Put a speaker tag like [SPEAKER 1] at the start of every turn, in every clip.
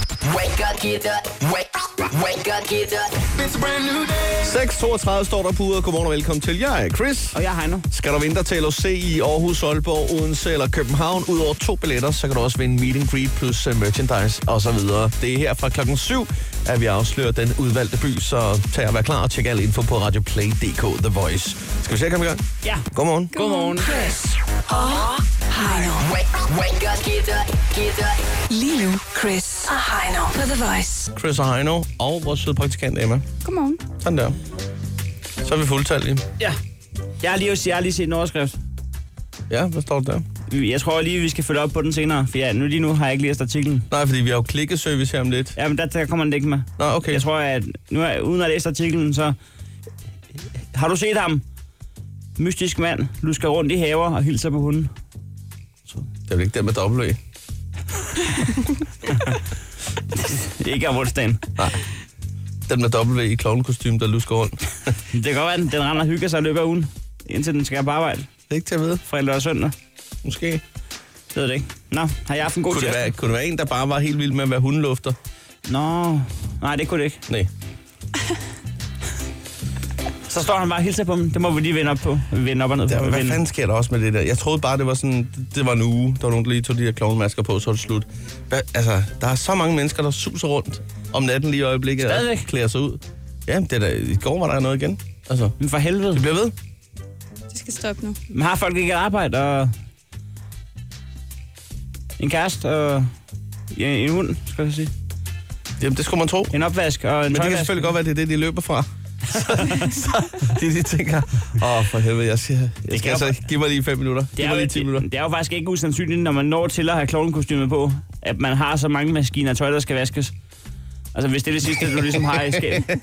[SPEAKER 1] Wake up, get up. Wake, wake up, get up.
[SPEAKER 2] 6.32 står der på uret. Godmorgen og velkommen til. Jeg er Chris.
[SPEAKER 3] Og jeg er Heino.
[SPEAKER 2] Skal du vinde dig til LOC i Aarhus, Aalborg, Odense eller København, ud over to billetter, så kan du også vinde meet and greet plus øh, merchandise osv. Det er her fra klokken 7, at vi afslører den udvalgte by, så tag og vær klar og tjek al info på radioplay.dk The Voice. Skal vi se at komme i gang?
[SPEAKER 3] Ja.
[SPEAKER 2] Godmorgen.
[SPEAKER 3] Godmorgen.
[SPEAKER 4] Heino.
[SPEAKER 1] Wake, wake up, get up, get up.
[SPEAKER 4] Lige nu, Chris og Heino på The Voice.
[SPEAKER 2] Chris og Heino og vores søde praktikant Emma.
[SPEAKER 5] Godmorgen.
[SPEAKER 2] Sådan der. Så er vi fuldtallige.
[SPEAKER 3] Ja. Jeg har lige, jeg har lige set en overskrift.
[SPEAKER 2] Ja, hvad står der der?
[SPEAKER 3] Jeg tror lige, vi skal følge op på den senere, for ja, nu lige nu har jeg ikke læst artiklen.
[SPEAKER 2] Nej, fordi vi har jo klikkeservice her om lidt.
[SPEAKER 3] Ja, men der, der kommer den ikke med.
[SPEAKER 2] Nå, okay.
[SPEAKER 3] Jeg tror, at nu er, uden at læse artiklen, så... Har du set ham? Mystisk mand, lusker rundt i haver og hilser på hunden.
[SPEAKER 2] Det er vel ikke der med W.
[SPEAKER 3] Ikke om onsdagen.
[SPEAKER 2] Den med W i klovnekostyme, der lusker rundt.
[SPEAKER 3] Det kan godt være, at den render og hygger sig i løbet af ugen, indtil den skal på arbejde
[SPEAKER 2] Det er ikke til at vide.
[SPEAKER 3] fredag og søndag.
[SPEAKER 2] Måske.
[SPEAKER 3] Det ved det ikke. Nå, har jeg haft en god
[SPEAKER 2] Kunne det,
[SPEAKER 3] tirsdag?
[SPEAKER 2] være, kunne det være en, der bare var helt vild med at være hundelufter?
[SPEAKER 3] Nå, nej, det kunne det ikke.
[SPEAKER 2] Nej.
[SPEAKER 3] Så står han bare og hilser på dem. Det må vi lige vende op på. Vende op og ned på.
[SPEAKER 2] Der, hvad
[SPEAKER 3] Vende.
[SPEAKER 2] fanden sker der også med det der? Jeg troede bare, det var sådan, det var en uge. Der var nogen, der lige tog de her klovnmasker på, så var det slut. Hvad, altså, der er så mange mennesker, der suser rundt om natten lige i øjeblikket. og
[SPEAKER 3] Stadigvæk?
[SPEAKER 2] klæder sig ud. Ja, det er da, i går var der noget igen. Altså,
[SPEAKER 3] Men for helvede.
[SPEAKER 2] det bliver ved.
[SPEAKER 5] Det skal stoppe nu.
[SPEAKER 3] Men har folk ikke et arbejde og... En kæreste og... Ja, en hund, skal jeg sige.
[SPEAKER 2] Jamen, det skulle man tro.
[SPEAKER 3] En opvask og en
[SPEAKER 2] Men det kan
[SPEAKER 3] tøjvask.
[SPEAKER 2] selvfølgelig godt være, det er det, de løber fra. så, så de, de tænker, åh for helvede, jeg skal, jeg skal
[SPEAKER 3] kan
[SPEAKER 2] altså,
[SPEAKER 3] jo-
[SPEAKER 2] giv mig lige 5 minutter,
[SPEAKER 3] Det
[SPEAKER 2] giv
[SPEAKER 3] er,
[SPEAKER 2] mig
[SPEAKER 3] jo,
[SPEAKER 2] lige 10 minutter.
[SPEAKER 3] det, det er jo faktisk ikke usandsynligt, når man når til at have klovnkostymet på, at man har så mange maskiner og tøj, der skal vaskes. Altså, hvis det er det sidste, du ligesom har i skabet.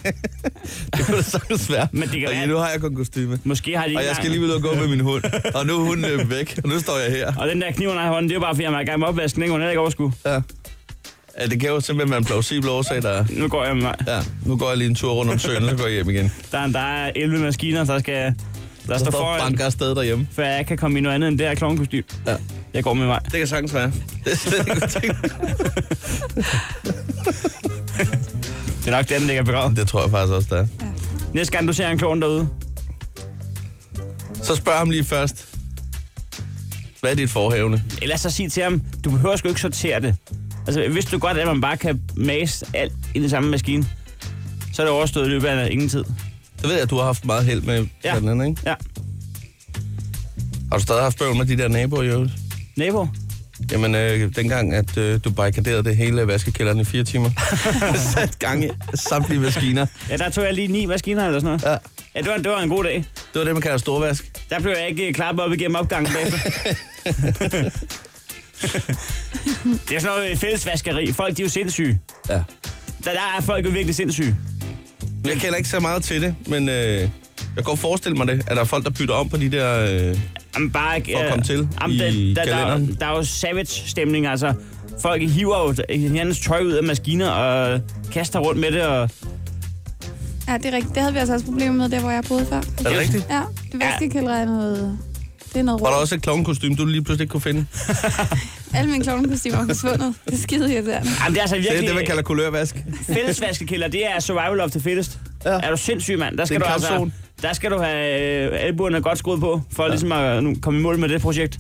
[SPEAKER 2] Det kunne da sagtens være.
[SPEAKER 3] Men det kan
[SPEAKER 2] og
[SPEAKER 3] være-
[SPEAKER 2] nu har jeg kun kostyme.
[SPEAKER 3] Måske har de ikke
[SPEAKER 2] Og jeg
[SPEAKER 3] engang-
[SPEAKER 2] skal lige ud og gå med min hund. Og nu er hunden øh, væk, og nu står jeg her.
[SPEAKER 3] Og den der kniv under i hånden, det er jo bare, fordi jeg er i gang med opvasken, ikke? Hun er ikke overskud.
[SPEAKER 2] Ja. ja det kan jo simpelthen være en plausibel årsag, der er.
[SPEAKER 3] Nu går jeg med mig.
[SPEAKER 2] Ja, nu går jeg lige en tur rundt om søen, og så går jeg hjem igen.
[SPEAKER 3] Der, er- der er 11 maskiner, der skal... Der
[SPEAKER 2] Og så
[SPEAKER 3] står
[SPEAKER 2] står
[SPEAKER 3] foran,
[SPEAKER 2] banker afsted derhjemme.
[SPEAKER 3] før jeg kan komme i noget andet end det her klovnkostyme.
[SPEAKER 2] Ja.
[SPEAKER 3] Jeg går med mig.
[SPEAKER 2] Det kan sagtens være. Det er slet ikke tænkt.
[SPEAKER 3] Det er nok den, der ligger begravet.
[SPEAKER 2] det tror jeg faktisk også, der er.
[SPEAKER 3] Næste gang, du ser en klovn derude,
[SPEAKER 2] Så spørg ham lige først. Hvad er dit forhævne?
[SPEAKER 3] Ellers så sig til ham, du behøver sgu ikke sortere det. Altså, hvis du godt, at man bare kan mase alt i den samme maskine, så er det overstået i løbet af ingen tid.
[SPEAKER 2] Så ved jeg, at du har haft meget held med
[SPEAKER 3] Ja.
[SPEAKER 2] ja. den anden, ikke?
[SPEAKER 3] Ja.
[SPEAKER 2] Har du stadig haft bøvl med de der naboer, Jørgen?
[SPEAKER 3] Nabo?
[SPEAKER 2] Jamen, øh, dengang, at øh, du barrikaderede det hele vaskekælderen i fire timer, sat gang i samtlige maskiner.
[SPEAKER 3] Ja, der tog jeg lige ni maskiner eller sådan noget.
[SPEAKER 2] Ja.
[SPEAKER 3] Ja, det var, det var en god dag.
[SPEAKER 2] Det var det, man kalder storvask.
[SPEAKER 3] Der blev jeg ikke øh, klappet op igennem opgangen bagefter. det er sådan noget øh, fællesvaskeri. Folk, de er jo sindssyge.
[SPEAKER 2] Ja.
[SPEAKER 3] Der, der er folk jo virkelig sindssyge.
[SPEAKER 2] Jeg kender ikke så meget til det, men øh, jeg kan godt forestille mig det, at der er folk, der bytter om på de der... Øh,
[SPEAKER 3] Jamen, bare ikke...
[SPEAKER 2] For at
[SPEAKER 3] øh,
[SPEAKER 2] komme til i
[SPEAKER 3] der, der,
[SPEAKER 2] kalenderen.
[SPEAKER 3] der, der er jo savage-stemning, altså. Folk hiver jo hinandens tøj ud af maskiner og kaster rundt med det, og
[SPEAKER 5] Ja, det er rigtigt. Det havde vi altså også problemer med, der hvor jeg boede før.
[SPEAKER 2] er det rigtigt?
[SPEAKER 5] Ja, det vaskekælder er noget... Det er noget
[SPEAKER 2] Var der
[SPEAKER 5] råd.
[SPEAKER 2] også et klovnkostyme, du lige pludselig ikke kunne finde?
[SPEAKER 5] Alle mine klovnekostymer er forsvundet. Det er skide irriterende.
[SPEAKER 3] Jamen, det er altså
[SPEAKER 2] Det er
[SPEAKER 3] virkelig...
[SPEAKER 2] det, man kalder kulørvask.
[SPEAKER 3] Fællesvaskekælder, det er survival of the fittest.
[SPEAKER 2] Ja.
[SPEAKER 3] Ja. Er du sindssyg, mand? Der skal
[SPEAKER 2] Det
[SPEAKER 3] du
[SPEAKER 2] er en
[SPEAKER 3] altså...
[SPEAKER 2] kampzone.
[SPEAKER 3] Der skal du have øh, albuerne godt skruet på, for ja. ligesom at nu, komme i mål med det projekt.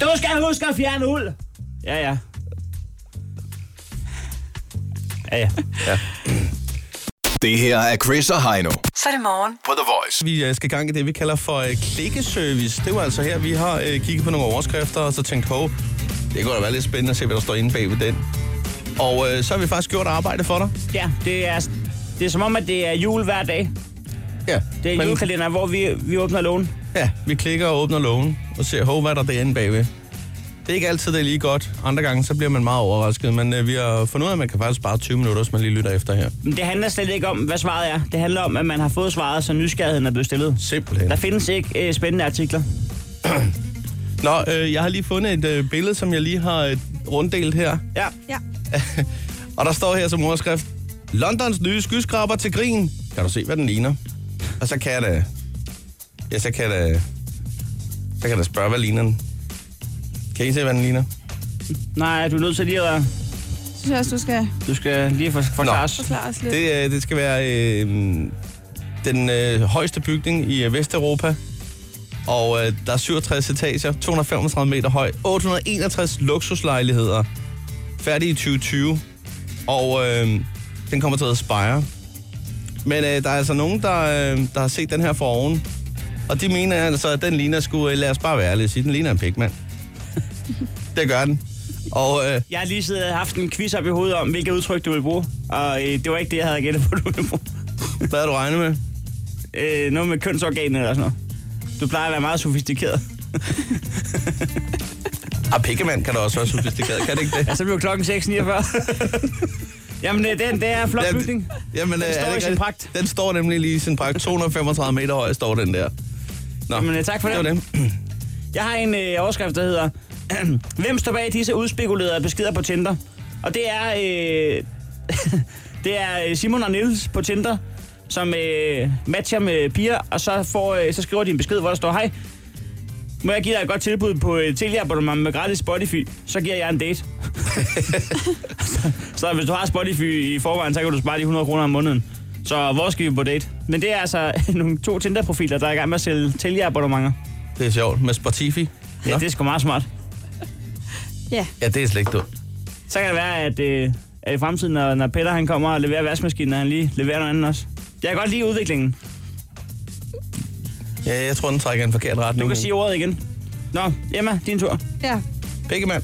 [SPEAKER 3] Du skal huske at fjerne uld! Ja, ja. Ja, ja.
[SPEAKER 6] Det her er Chris og Heino
[SPEAKER 4] Så er det morgen.
[SPEAKER 6] på The Voice.
[SPEAKER 2] Vi øh, skal i gang i det, vi kalder for øh, klikkeservice. Det var altså her, vi har øh, kigget på nogle overskrifter, og så tænkt, hov, det kunne da være lidt spændende at se, hvad der står inde bag ved den. Og øh, så har vi faktisk gjort arbejde for dig.
[SPEAKER 3] Ja, det er, det er som om, at det er jul hver dag.
[SPEAKER 2] Ja,
[SPEAKER 3] Det er en julekalender, hvor vi, vi åbner lån.
[SPEAKER 2] Ja, vi klikker og åbner lågen og ser, hov, hvad er der derinde bagved? Det er ikke altid, det er lige godt. Andre gange, så bliver man meget overrasket, men øh, vi har fundet ud af, at man kan faktisk spare 20 minutter, hvis man lige lytter efter her.
[SPEAKER 3] Men det handler slet ikke om, hvad svaret er. Det handler om, at man har fået svaret, så nysgerrigheden er blevet stillet.
[SPEAKER 2] Simpelthen.
[SPEAKER 3] Der findes ikke øh, spændende artikler.
[SPEAKER 2] Nå, øh, jeg har lige fundet et øh, billede, som jeg lige har øh, runddelt her.
[SPEAKER 3] Ja,
[SPEAKER 5] Ja.
[SPEAKER 2] Og der står her som overskrift, Londons nye skyskraber til grin. Kan du se, hvad den ligner? Og så kan jeg da... Ja, så kan jeg da... Så kan jeg da spørge, hvad ligner den? Kan I se, hvad den ligner?
[SPEAKER 3] nej, du er nødt til lige at...
[SPEAKER 5] synes jeg også, du skal
[SPEAKER 3] Du skal lige for, forklare os.
[SPEAKER 5] forklare os lidt. Det...
[SPEAKER 2] Det, øh, det skal være øh, den øh, højeste bygning i øh, Vesteuropa. Og øh, der er 67 etager, 235 meter høj, 861 luksuslejligheder, færdig i 2020. Og øh, den kommer til at hedde Spire. Men øh, der er altså nogen, der, øh, der har set den her for oven. Og de mener altså, at den ligner sgu, øh, lad os bare være ærlige og sige, den ligner en pikmand. det gør den. Og øh,
[SPEAKER 3] Jeg har lige siddet og haft en quiz op i hovedet om, hvilke udtryk du vil bruge. Og øh, det var ikke det, jeg havde gættet på, du ville bruge.
[SPEAKER 2] hvad har du regnet med?
[SPEAKER 3] Øh, noget med kønsorganet eller sådan noget. Du plejer at være meget sofistikeret.
[SPEAKER 2] Ah, pikkemand kan da også være sofistikeret, kan det ikke det?
[SPEAKER 3] Ja, så blev klokken 6.49. Jamen, øh, den, det er en flot
[SPEAKER 2] Jamen,
[SPEAKER 3] bygning.
[SPEAKER 2] Jamen, øh, den
[SPEAKER 3] står i sin pragt.
[SPEAKER 2] Den står nemlig lige i sin pragt. 235 meter høj står den der. Nå,
[SPEAKER 3] Jamen, øh, tak for
[SPEAKER 2] det.
[SPEAKER 3] det.
[SPEAKER 2] var det.
[SPEAKER 3] Jeg har en øh, overskrift, der hedder, hvem står bag disse udspekulerede beskeder på Tinder? Og det er, øh, det er øh, Simon og Nils på Tinder, som øh, matcher med piger, og så, får, øh, så skriver de en besked, hvor der står, hej, må jeg give dig et godt tilbud på øh, teleabonnement med gratis Spotify, så giver jeg en date. Så- så hvis du har Spotify i forvejen, så kan du spare de 100 kroner om måneden. Så hvor skal vi på date? Men det er altså nogle to Tinder-profiler, der er i gang med at sælge teleabonnementer.
[SPEAKER 2] Det er sjovt. Med Spotify.
[SPEAKER 3] Ja,
[SPEAKER 2] Nå.
[SPEAKER 3] det er sgu meget smart.
[SPEAKER 5] Ja,
[SPEAKER 2] ja, det er slet ikke dumt.
[SPEAKER 3] Så kan det være, at, øh, at i fremtiden, når, når Peter han kommer og leverer vaskemaskinen, at han lige leverer noget andet også. Jeg kan godt lide udviklingen.
[SPEAKER 2] Ja, jeg tror, den trækker i en forkert retning.
[SPEAKER 3] Du kan sige ordet igen. Nå, Emma, din tur.
[SPEAKER 5] ja,
[SPEAKER 2] Pikkemand.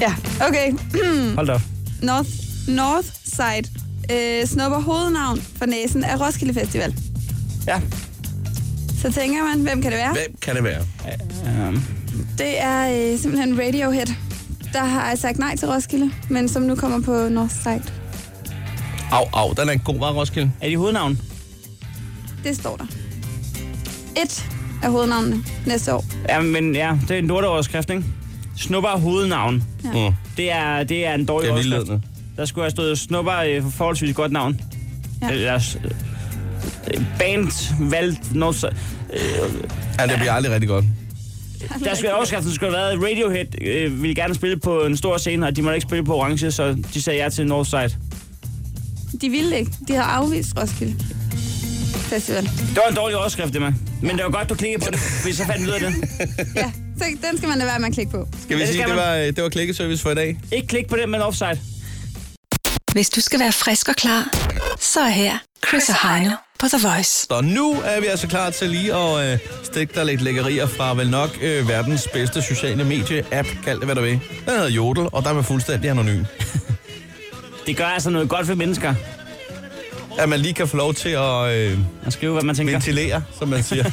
[SPEAKER 5] ja. Okay.
[SPEAKER 3] Hold da op.
[SPEAKER 5] North, North Side øh, snupper hovednavn for næsen af Roskilde Festival.
[SPEAKER 3] Ja.
[SPEAKER 5] Så tænker man, hvem kan det være?
[SPEAKER 2] Hvem kan det være?
[SPEAKER 3] Øhm,
[SPEAKER 5] Det er øh, simpelthen Radiohead, der har sagt nej til Roskilde, men som nu kommer på Northside.
[SPEAKER 2] Au, au. Den er en god var, Roskilde.
[SPEAKER 3] er de hovednavn?
[SPEAKER 5] Det står der. Et af hovednavnene næste år.
[SPEAKER 3] Ja, men ja, det er en dårlig overskrift, ikke? Snupper hovednavn.
[SPEAKER 5] Ja.
[SPEAKER 2] Mm.
[SPEAKER 3] Det er, det er en dårlig
[SPEAKER 2] Det er
[SPEAKER 3] overskrift.
[SPEAKER 2] vildledende.
[SPEAKER 3] Der skulle have stået snupper øh, for forholdsvis godt navn.
[SPEAKER 5] Ja.
[SPEAKER 3] Ja. Eller øh, band valgt noget så.
[SPEAKER 2] Ja, det bliver aldrig rigtig godt.
[SPEAKER 3] Der skulle, overskriften skulle have været, Radiohead øh, ville gerne spille på en stor scene, og de måtte ikke spille på orange, så de sagde ja til Northside.
[SPEAKER 5] De ville ikke. De havde afvist Roskilde Festival.
[SPEAKER 3] Det var en dårlig overskrift, Emma. Men det var godt, du klikkede på det, hvis så fandt vi ud af det.
[SPEAKER 5] Ja, så den skal man lade være med at klikke på.
[SPEAKER 2] Skal vi
[SPEAKER 3] Ja, det
[SPEAKER 2] sige,
[SPEAKER 3] skal
[SPEAKER 2] det
[SPEAKER 3] man.
[SPEAKER 2] var, øh, det var klikkeservice for i dag?
[SPEAKER 3] Ikke klik på det, men offside.
[SPEAKER 4] Hvis du skal være frisk og klar, så er her Chris og Heino på The Voice.
[SPEAKER 2] Så nu er vi altså klar til lige at øh, stikke dig lidt lækkerier fra vel nok øh, verdens bedste sociale medie-app. Kald det, hvad du vil. Den hedder Jodel, og der er man fuldstændig anonym.
[SPEAKER 3] Det gør altså noget godt for mennesker
[SPEAKER 2] At man lige kan få lov til at øh,
[SPEAKER 3] at skrive, hvad man tænker.
[SPEAKER 2] ventilere, som man siger.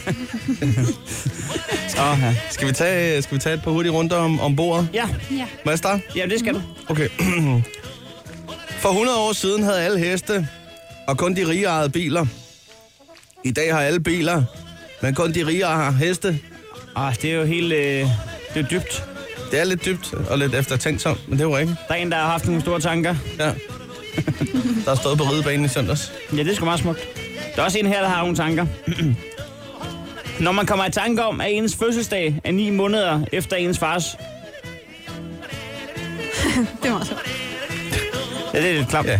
[SPEAKER 3] Åh, ja.
[SPEAKER 2] Skal vi tage, skal vi tage et par hurtige runder om, om bordet?
[SPEAKER 3] ja.
[SPEAKER 2] Må jeg starte?
[SPEAKER 3] ja, det skal du.
[SPEAKER 2] Okay. For 100 år siden havde alle heste, og kun de rige ejede biler. I dag har alle biler, men kun de rige har heste.
[SPEAKER 3] Åh, det er jo helt... Øh, det er dybt.
[SPEAKER 2] Det er lidt dybt og lidt eftertænksomt, men det er jo rigtigt.
[SPEAKER 3] Der er en, der har haft nogle store tanker.
[SPEAKER 2] Ja. Der er stået på ridebanen i søndags.
[SPEAKER 3] Ja, det er sgu meget smukt. Der er også en her, der har nogle tanker. Når man kommer i tanke om, at ens fødselsdag er ni måneder efter ens fars...
[SPEAKER 5] Det var så.
[SPEAKER 3] Ja, det er lidt klamt.
[SPEAKER 2] Ja.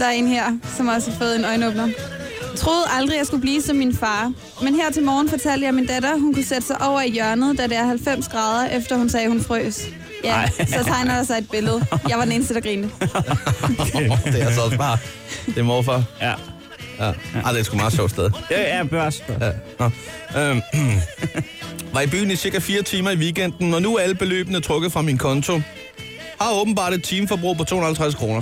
[SPEAKER 5] Der er en her, som også har fået en øjenåbner. Troede aldrig, jeg skulle blive som min far. Men her til morgen fortalte jeg min datter, hun kunne sætte sig over i hjørnet, da det er 90 grader, efter hun sagde, hun frøs. Ja,
[SPEAKER 3] Ej.
[SPEAKER 5] så tegner der sig et billede. Jeg var den eneste, der grinede.
[SPEAKER 2] det er altså også bare... Det er morfar.
[SPEAKER 3] Ja.
[SPEAKER 2] Ja. Ej, det er sgu meget sjovt sted.
[SPEAKER 3] Det er børs.
[SPEAKER 2] Ja. Nå. Øhm, var i byen i cirka 4 timer i weekenden, og nu er alle beløbene trukket fra min konto. Har åbenbart et timeforbrug på 250 kroner.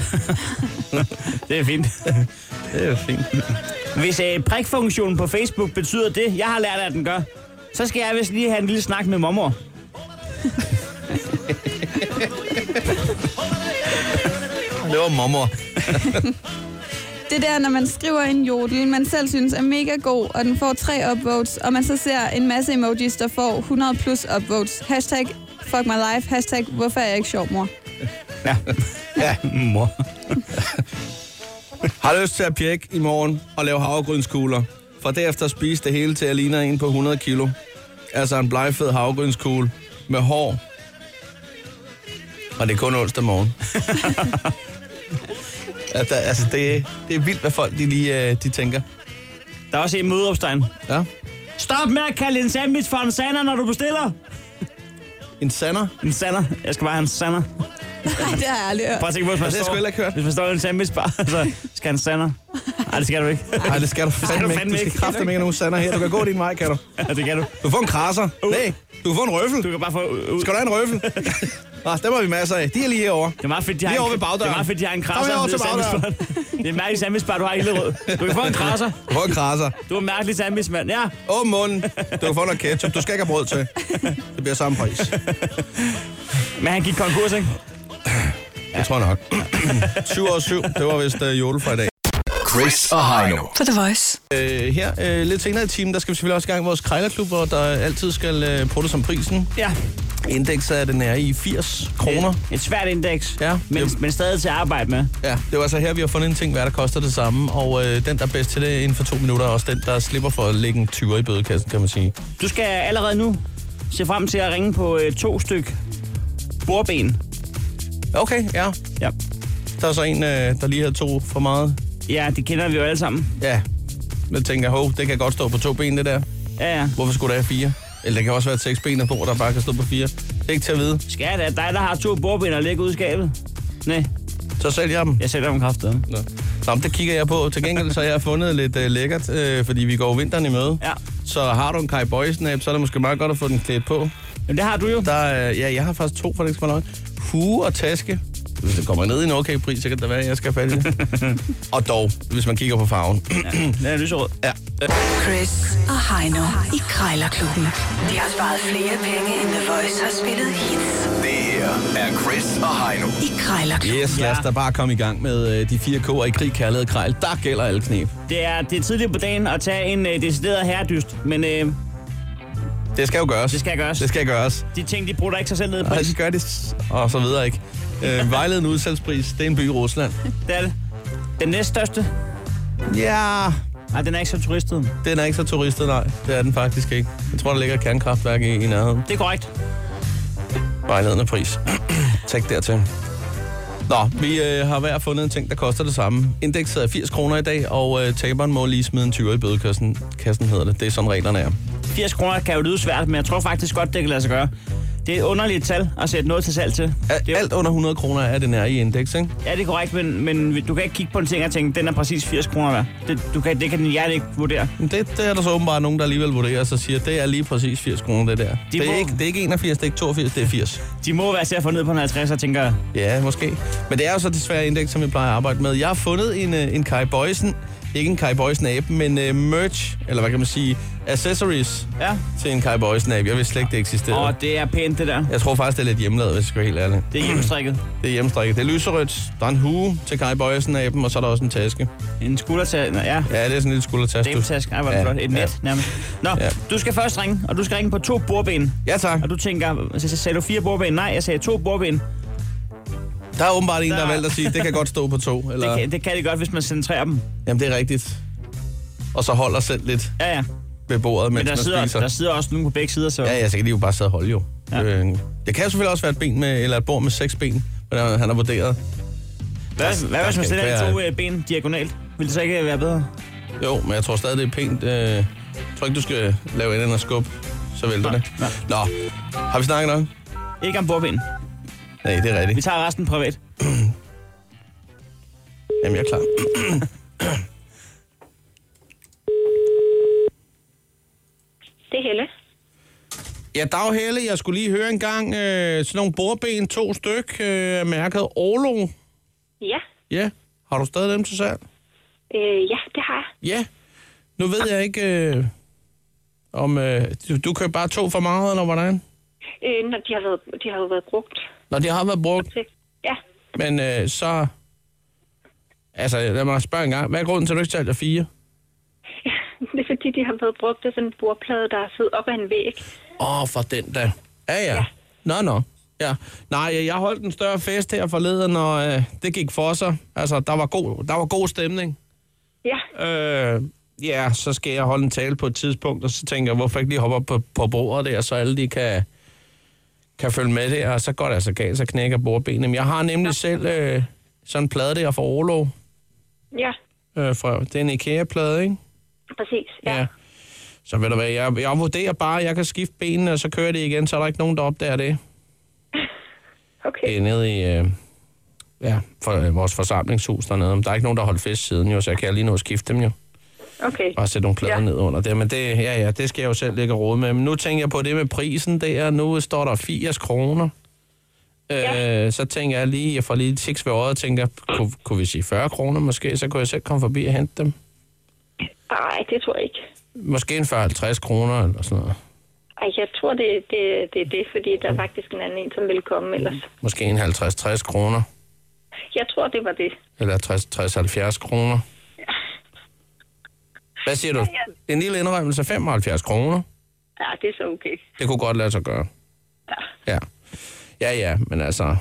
[SPEAKER 3] Det er fint.
[SPEAKER 2] Det er jo fint.
[SPEAKER 3] Hvis øh, prikfunktionen på Facebook betyder det, jeg har lært, at den gør, så skal jeg vist lige have en lille snak med mormor.
[SPEAKER 2] Det var mormor.
[SPEAKER 5] Det der, når man skriver en jodel, man selv synes er mega god, og den får tre upvotes, og man så ser en masse emojis, der får 100 plus upvotes. Hashtag fuck my life. Hashtag hvorfor er jeg ikke sjov, mor?
[SPEAKER 3] Ja.
[SPEAKER 2] Ja.
[SPEAKER 3] Mor.
[SPEAKER 2] Har lyst til at pjekke i morgen og lave havregrynskugler, for derefter spise det hele til at ligne en på 100 kilo. Altså en blegfed havgrønskugle med hår. Og det er kun onsdag morgen. at der, altså, det, det er vildt, hvad folk de lige øh, de tænker.
[SPEAKER 3] Der er også en modopstegn.
[SPEAKER 2] Ja.
[SPEAKER 3] Stop med at kalde en sandwich for en sander, når du bestiller.
[SPEAKER 2] En sander.
[SPEAKER 3] En sander. Jeg skal bare have en sander.
[SPEAKER 5] Nej, det har jeg aldrig hørt.
[SPEAKER 3] Prøv at tænke på, hvis man
[SPEAKER 2] Det har jeg
[SPEAKER 3] står-
[SPEAKER 2] sgu heller ikke hørt.
[SPEAKER 3] Hvis man står i en sandwich bar, så skal han sander. Nej, det skal du ikke.
[SPEAKER 2] Nej, det skal du
[SPEAKER 3] skal
[SPEAKER 2] fandme
[SPEAKER 3] du
[SPEAKER 2] ikke.
[SPEAKER 3] fandme
[SPEAKER 2] Du skal
[SPEAKER 3] ikke.
[SPEAKER 2] kraftedeme ikke have nogen sander her. Du kan gå din vej, kan du.
[SPEAKER 3] Ja, det kan du.
[SPEAKER 2] Du får en krasser. Nej, du kan få en røffel.
[SPEAKER 3] Du kan bare få øh, ud.
[SPEAKER 2] Skal du have en røffel? Nå, dem har vi masser af. De er lige herovre.
[SPEAKER 3] Det er meget fedt, de har
[SPEAKER 2] Lige
[SPEAKER 3] en-
[SPEAKER 2] over ved bagdøren.
[SPEAKER 3] Det er meget fedt, de har en
[SPEAKER 2] Kom
[SPEAKER 3] krasser.
[SPEAKER 2] herover
[SPEAKER 3] Det er
[SPEAKER 2] til
[SPEAKER 3] sandwichbar.
[SPEAKER 2] bagdøren.
[SPEAKER 3] Det er en mærkelig sandwichbar, du har i Hillerød. Du kan få en krasser.
[SPEAKER 2] Du får en krasser.
[SPEAKER 3] Du er en mærkelig sandwich, mand. Ja,
[SPEAKER 2] Åben munden. Du kan få noget ketchup. Du skal ikke have brød til. Det bliver samme pris.
[SPEAKER 3] men han gik konkurs, ikke?
[SPEAKER 2] Jeg tror nok. 7 år 7. Det var vist uh, jule fra i dag.
[SPEAKER 6] Chris og Heino.
[SPEAKER 4] På The Voice.
[SPEAKER 2] Øh, her øh, lidt senere i timen, der skal vi selvfølgelig også i gang i vores krejlerklub, hvor der altid skal øh, puttes som prisen.
[SPEAKER 3] Ja.
[SPEAKER 2] Indekset er den er i 80 kroner.
[SPEAKER 3] Et, et svært indeks,
[SPEAKER 2] Ja.
[SPEAKER 3] men,
[SPEAKER 2] Det-
[SPEAKER 3] men stadig til at arbejde med.
[SPEAKER 2] Ja, det var altså her, vi har fundet en ting, hvad der koster det samme. Og øh, den, der er bedst til det inden for to minutter, er også den, der slipper for at lægge en 20'er i bødekassen, kan man sige.
[SPEAKER 3] Du skal allerede nu se frem til at ringe på øh, to styk bordben.
[SPEAKER 2] Okay, ja.
[SPEAKER 3] Ja.
[SPEAKER 2] Der er så en, øh, der lige havde to for meget.
[SPEAKER 3] ja, det kender vi jo alle sammen.
[SPEAKER 2] Ja, jeg tænker, hov, det kan godt stå på to ben, det der.
[SPEAKER 3] Ja, ja.
[SPEAKER 2] Hvorfor skulle der have fire? Eller der kan også være et seks ben, der bare kan stå på fire. Det er ikke til at vide.
[SPEAKER 3] Skat, er det dig, der har to bordben og ligger ude i skabet? Nej,
[SPEAKER 2] Så sælger jeg dem.
[SPEAKER 3] jeg sælger dem kraftedeme.
[SPEAKER 2] Nå. Nå, men det kigger jeg på. Til gengæld så har jeg fundet lidt øh, lækkert, øh, fordi vi går jo vinteren i møde.
[SPEAKER 3] Ja.
[SPEAKER 2] Så har du en Kai Boy-snap, så er det måske meget godt at få den klædt på.
[SPEAKER 3] Jamen, det har du jo.
[SPEAKER 2] Der, øh, ja, jeg har faktisk to, for det ikke skal være løgn. Hue og taske. Hvis det kommer ned i en okay pris, så kan det da være, at jeg skal have fat i det. og dog, hvis man kigger på farven.
[SPEAKER 3] Den er lyserød.
[SPEAKER 2] ja.
[SPEAKER 7] Chris og Heino i Krejlerklubben. De har sparet flere penge, end The Voice har spillet hits
[SPEAKER 6] Det her er Chris og Heino.
[SPEAKER 7] i Krejlerklubben.
[SPEAKER 2] Yes, lad os da bare komme i gang med øh, de fire K'er i krig, kærlighed og krejl. Der gælder alle knep.
[SPEAKER 3] Det er, det er tidligt på dagen at tage en øh, decideret herredyst, men øh,
[SPEAKER 2] Det skal jo gøres.
[SPEAKER 3] Det skal gøres.
[SPEAKER 2] Det skal gøres.
[SPEAKER 3] de ting, de bruger ikke sig selv ned på.
[SPEAKER 2] Og de gør det, og så videre ikke. Øh, vejledende udsalgspris, det er en by i Rusland.
[SPEAKER 3] Det er det. Den næststørste?
[SPEAKER 2] Ja,
[SPEAKER 3] Nej, den er ikke så turistet.
[SPEAKER 2] Den er ikke så turistet, nej. Det er den faktisk ikke. Jeg tror, der ligger et kernekraftværk i, i nærheden.
[SPEAKER 3] Det er korrekt.
[SPEAKER 2] Vejledende pris. Tæk dertil. Nå, vi øh, har hver fundet en ting, der koster det samme. Indekset er 80 kroner i dag, og øh, taberen må lige smide en 20 i bødekassen, kassen hedder det. Det er sådan reglerne er.
[SPEAKER 3] 80 kroner kan jo lyde svært, men jeg tror faktisk godt, det kan lade sig gøre. Det er et underligt tal at sætte noget til salg til.
[SPEAKER 2] Al-
[SPEAKER 3] det er,
[SPEAKER 2] alt under 100 kroner er det nær i indeks, ikke?
[SPEAKER 3] ja, det er korrekt, men, men du kan ikke kigge på en ting og tænke, den er præcis 80 kroner værd. Det, du kan, det kan din hjerte ikke vurdere.
[SPEAKER 2] Men Det, det er der så åbenbart nogen, der alligevel vurderer sig og siger, det er lige præcis 80 kroner, det der. det, er
[SPEAKER 3] må-
[SPEAKER 2] ikke, det er ikke 81, det er ikke 82, det er 80.
[SPEAKER 3] De må være til at få ned på en 50 og tænker,
[SPEAKER 2] Ja, måske. Men det er jo så desværre indeks, som vi plejer at arbejde med. Jeg har fundet en, øh, en Kai Boysen, ikke en Kai Boysen app, men uh, merch, eller hvad kan man sige, accessories
[SPEAKER 3] ja,
[SPEAKER 2] til en Kai Boysen app. Jeg vidste slet ikke, det eksisterede.
[SPEAKER 3] og det er pænt det der.
[SPEAKER 2] Jeg tror faktisk, det er lidt hjemmelavet, hvis jeg skal være helt ærlig.
[SPEAKER 3] Det er hjemmestrikket.
[SPEAKER 2] Det er hjemmestrikket. Det er lyserødt. Der er en hue til Kai Boysen appen, og så er der også en taske.
[SPEAKER 3] En skuldertag, nå, ja.
[SPEAKER 2] Ja, det er sådan en lille skuldertaske.
[SPEAKER 3] Dametask, ej hvor er det
[SPEAKER 2] Ja,
[SPEAKER 3] flot. Et net
[SPEAKER 2] ja.
[SPEAKER 3] nærmest. Nå,
[SPEAKER 2] Ja.
[SPEAKER 3] du skal først ringe, og du skal ringe på to bordben.
[SPEAKER 2] Ja, tak.
[SPEAKER 3] Og du tænker, så sagde du fire bordben? Nej, jeg sagde to bordben.
[SPEAKER 2] Der er åbenbart en, der
[SPEAKER 3] Der-
[SPEAKER 2] har valgt at sige, det kan godt stå på to. Eller...
[SPEAKER 3] Det kan, det kan det godt, hvis man centrerer dem.
[SPEAKER 2] Jamen, det er rigtigt. Og så holder selv lidt
[SPEAKER 3] Ja, ja.
[SPEAKER 2] ved bordet, mens
[SPEAKER 3] Men der
[SPEAKER 2] man
[SPEAKER 3] sidder,
[SPEAKER 2] spiser.
[SPEAKER 3] der sidder også nogen på begge sider, så...
[SPEAKER 2] Ja, ja, så kan de jo bare sidde og holde jo. Ja.
[SPEAKER 3] Ja.
[SPEAKER 2] Øh, det kan jo selvfølgelig også være et, ben med, eller et bord med seks ben, hvordan han har vurderet.
[SPEAKER 3] Hvad, hvad hvis
[SPEAKER 2] skal
[SPEAKER 3] man stiller
[SPEAKER 2] være-
[SPEAKER 3] de to øh, ben diagonalt? Vil det så ikke øh, være bedre?
[SPEAKER 2] Jo, men jeg tror stadig, det er pænt. Øh, jeg tror ikke, du skal lave en eller skub, så vælter det.
[SPEAKER 3] nej.
[SPEAKER 2] Nå, har vi snakket nok?
[SPEAKER 3] Ikke om bordben.
[SPEAKER 2] Nej, det er
[SPEAKER 3] Vi
[SPEAKER 2] rigtigt.
[SPEAKER 3] tager resten privat.
[SPEAKER 2] Jamen, jeg er klar.
[SPEAKER 8] Det er Helle.
[SPEAKER 2] Ja, dag Helle, jeg skulle lige høre en gang øh, sådan nogle bordben, to styk, øh, mærket Orlo.
[SPEAKER 8] Ja,
[SPEAKER 2] Ja, har du stadig dem til salg?
[SPEAKER 8] øh, ja, det har jeg.
[SPEAKER 2] Ja. Nu ved jeg ikke, øh, om øh, du, du køber bare to for meget, eller hvordan?
[SPEAKER 8] Øh, når de har, været, de har jo været brugt
[SPEAKER 2] Når de har været brugt.
[SPEAKER 8] til. Ja,
[SPEAKER 2] Men øh, så... Altså, lad mig spørge en gang. Hvad er grunden til, at du ikke sælger fire?
[SPEAKER 8] det er fordi, de har været brugt af sådan en bordplade, der er siddet op ad en væg.
[SPEAKER 2] Åh, oh, for den da. Ja, ja. Nå, nå. Ja. Nej, jeg holdt en større fest her forleden, og øh, det gik for sig. Altså, der var god, der var god stemning.
[SPEAKER 8] Ja,
[SPEAKER 2] Øh, ja, så skal jeg holde en tale på et tidspunkt, og så tænker jeg, hvorfor ikke lige hoppe op på, på bordet der, så alle de kan, kan følge med der, og så går det altså galt, så knækker bordbenet. Men jeg har nemlig ja. selv øh, sådan en plade der fra Orlov.
[SPEAKER 8] Ja,
[SPEAKER 2] Øh, fra, det er en IKEA-plade, ikke?
[SPEAKER 8] præcis. Ja. ja.
[SPEAKER 2] Så ved du hvad, jeg, jeg vurderer bare, at jeg kan skifte benene, og så kører det igen, så er der ikke nogen, der opdager det. Det
[SPEAKER 8] Okay.
[SPEAKER 2] er nede i øh, ja, for, øh, vores forsamlingshus dernede. Men Der er ikke nogen, der har holdt fest siden, jo, så jeg kan lige nå at skifte dem jo.
[SPEAKER 8] Okay.
[SPEAKER 2] Bare sætte nogle plader ja.
[SPEAKER 8] Ja.
[SPEAKER 2] ned under det. Men det, ja, ja, det skal jeg jo selv ligge og rode med. Men nu tænker jeg på det med prisen der. Nu står der 80 kroner. Øh, ja.
[SPEAKER 8] Ja.
[SPEAKER 2] Så tænker jeg lige, jeg får lige et tiks ved øjet og tænker, kunne, kunne vi sige 40 kroner måske? Så kunne jeg selv komme forbi og hente dem.
[SPEAKER 8] Nej, det tror jeg ikke.
[SPEAKER 2] Måske en 40-50 kroner eller sådan noget.
[SPEAKER 8] Ej, jeg tror, det, det, det er det, fordi der er faktisk en anden en, som ville komme ellers.
[SPEAKER 2] Måske en 50-60 kroner.
[SPEAKER 8] Jeg tror, det var det.
[SPEAKER 2] Eller 60-70 kroner. Hvad siger du? En lille indrømmelse, 75 kroner.
[SPEAKER 8] Ja, det er så okay.
[SPEAKER 2] Det kunne godt lade sig gøre. Ja. Ja, ja, men altså...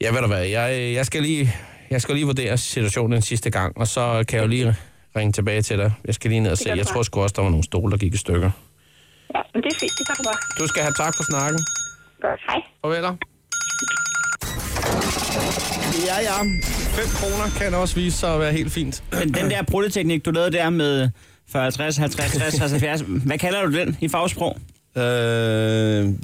[SPEAKER 2] Ja, ved du hvad, jeg, jeg, skal lige, jeg skal lige vurdere situationen en sidste gang, og så kan jeg jo lige ringe tilbage til dig. Jeg skal lige ned og se.
[SPEAKER 8] kan
[SPEAKER 2] Jeg
[SPEAKER 8] du
[SPEAKER 2] tror sgu også, der var nogle stole, der gik i stykker.
[SPEAKER 8] Ja, men det er fint. Det kan du bare.
[SPEAKER 2] Du skal have tak for snakken.
[SPEAKER 8] Godt. Hej.
[SPEAKER 2] Farveler.
[SPEAKER 3] Ja, ja.
[SPEAKER 2] 5 kroner kan også vise sig at være helt fint.
[SPEAKER 3] Men den der prulleteknik, du lavede der med 40, 50, 50, 60, 70, hvad kalder du den i fagsprog?
[SPEAKER 2] Øh,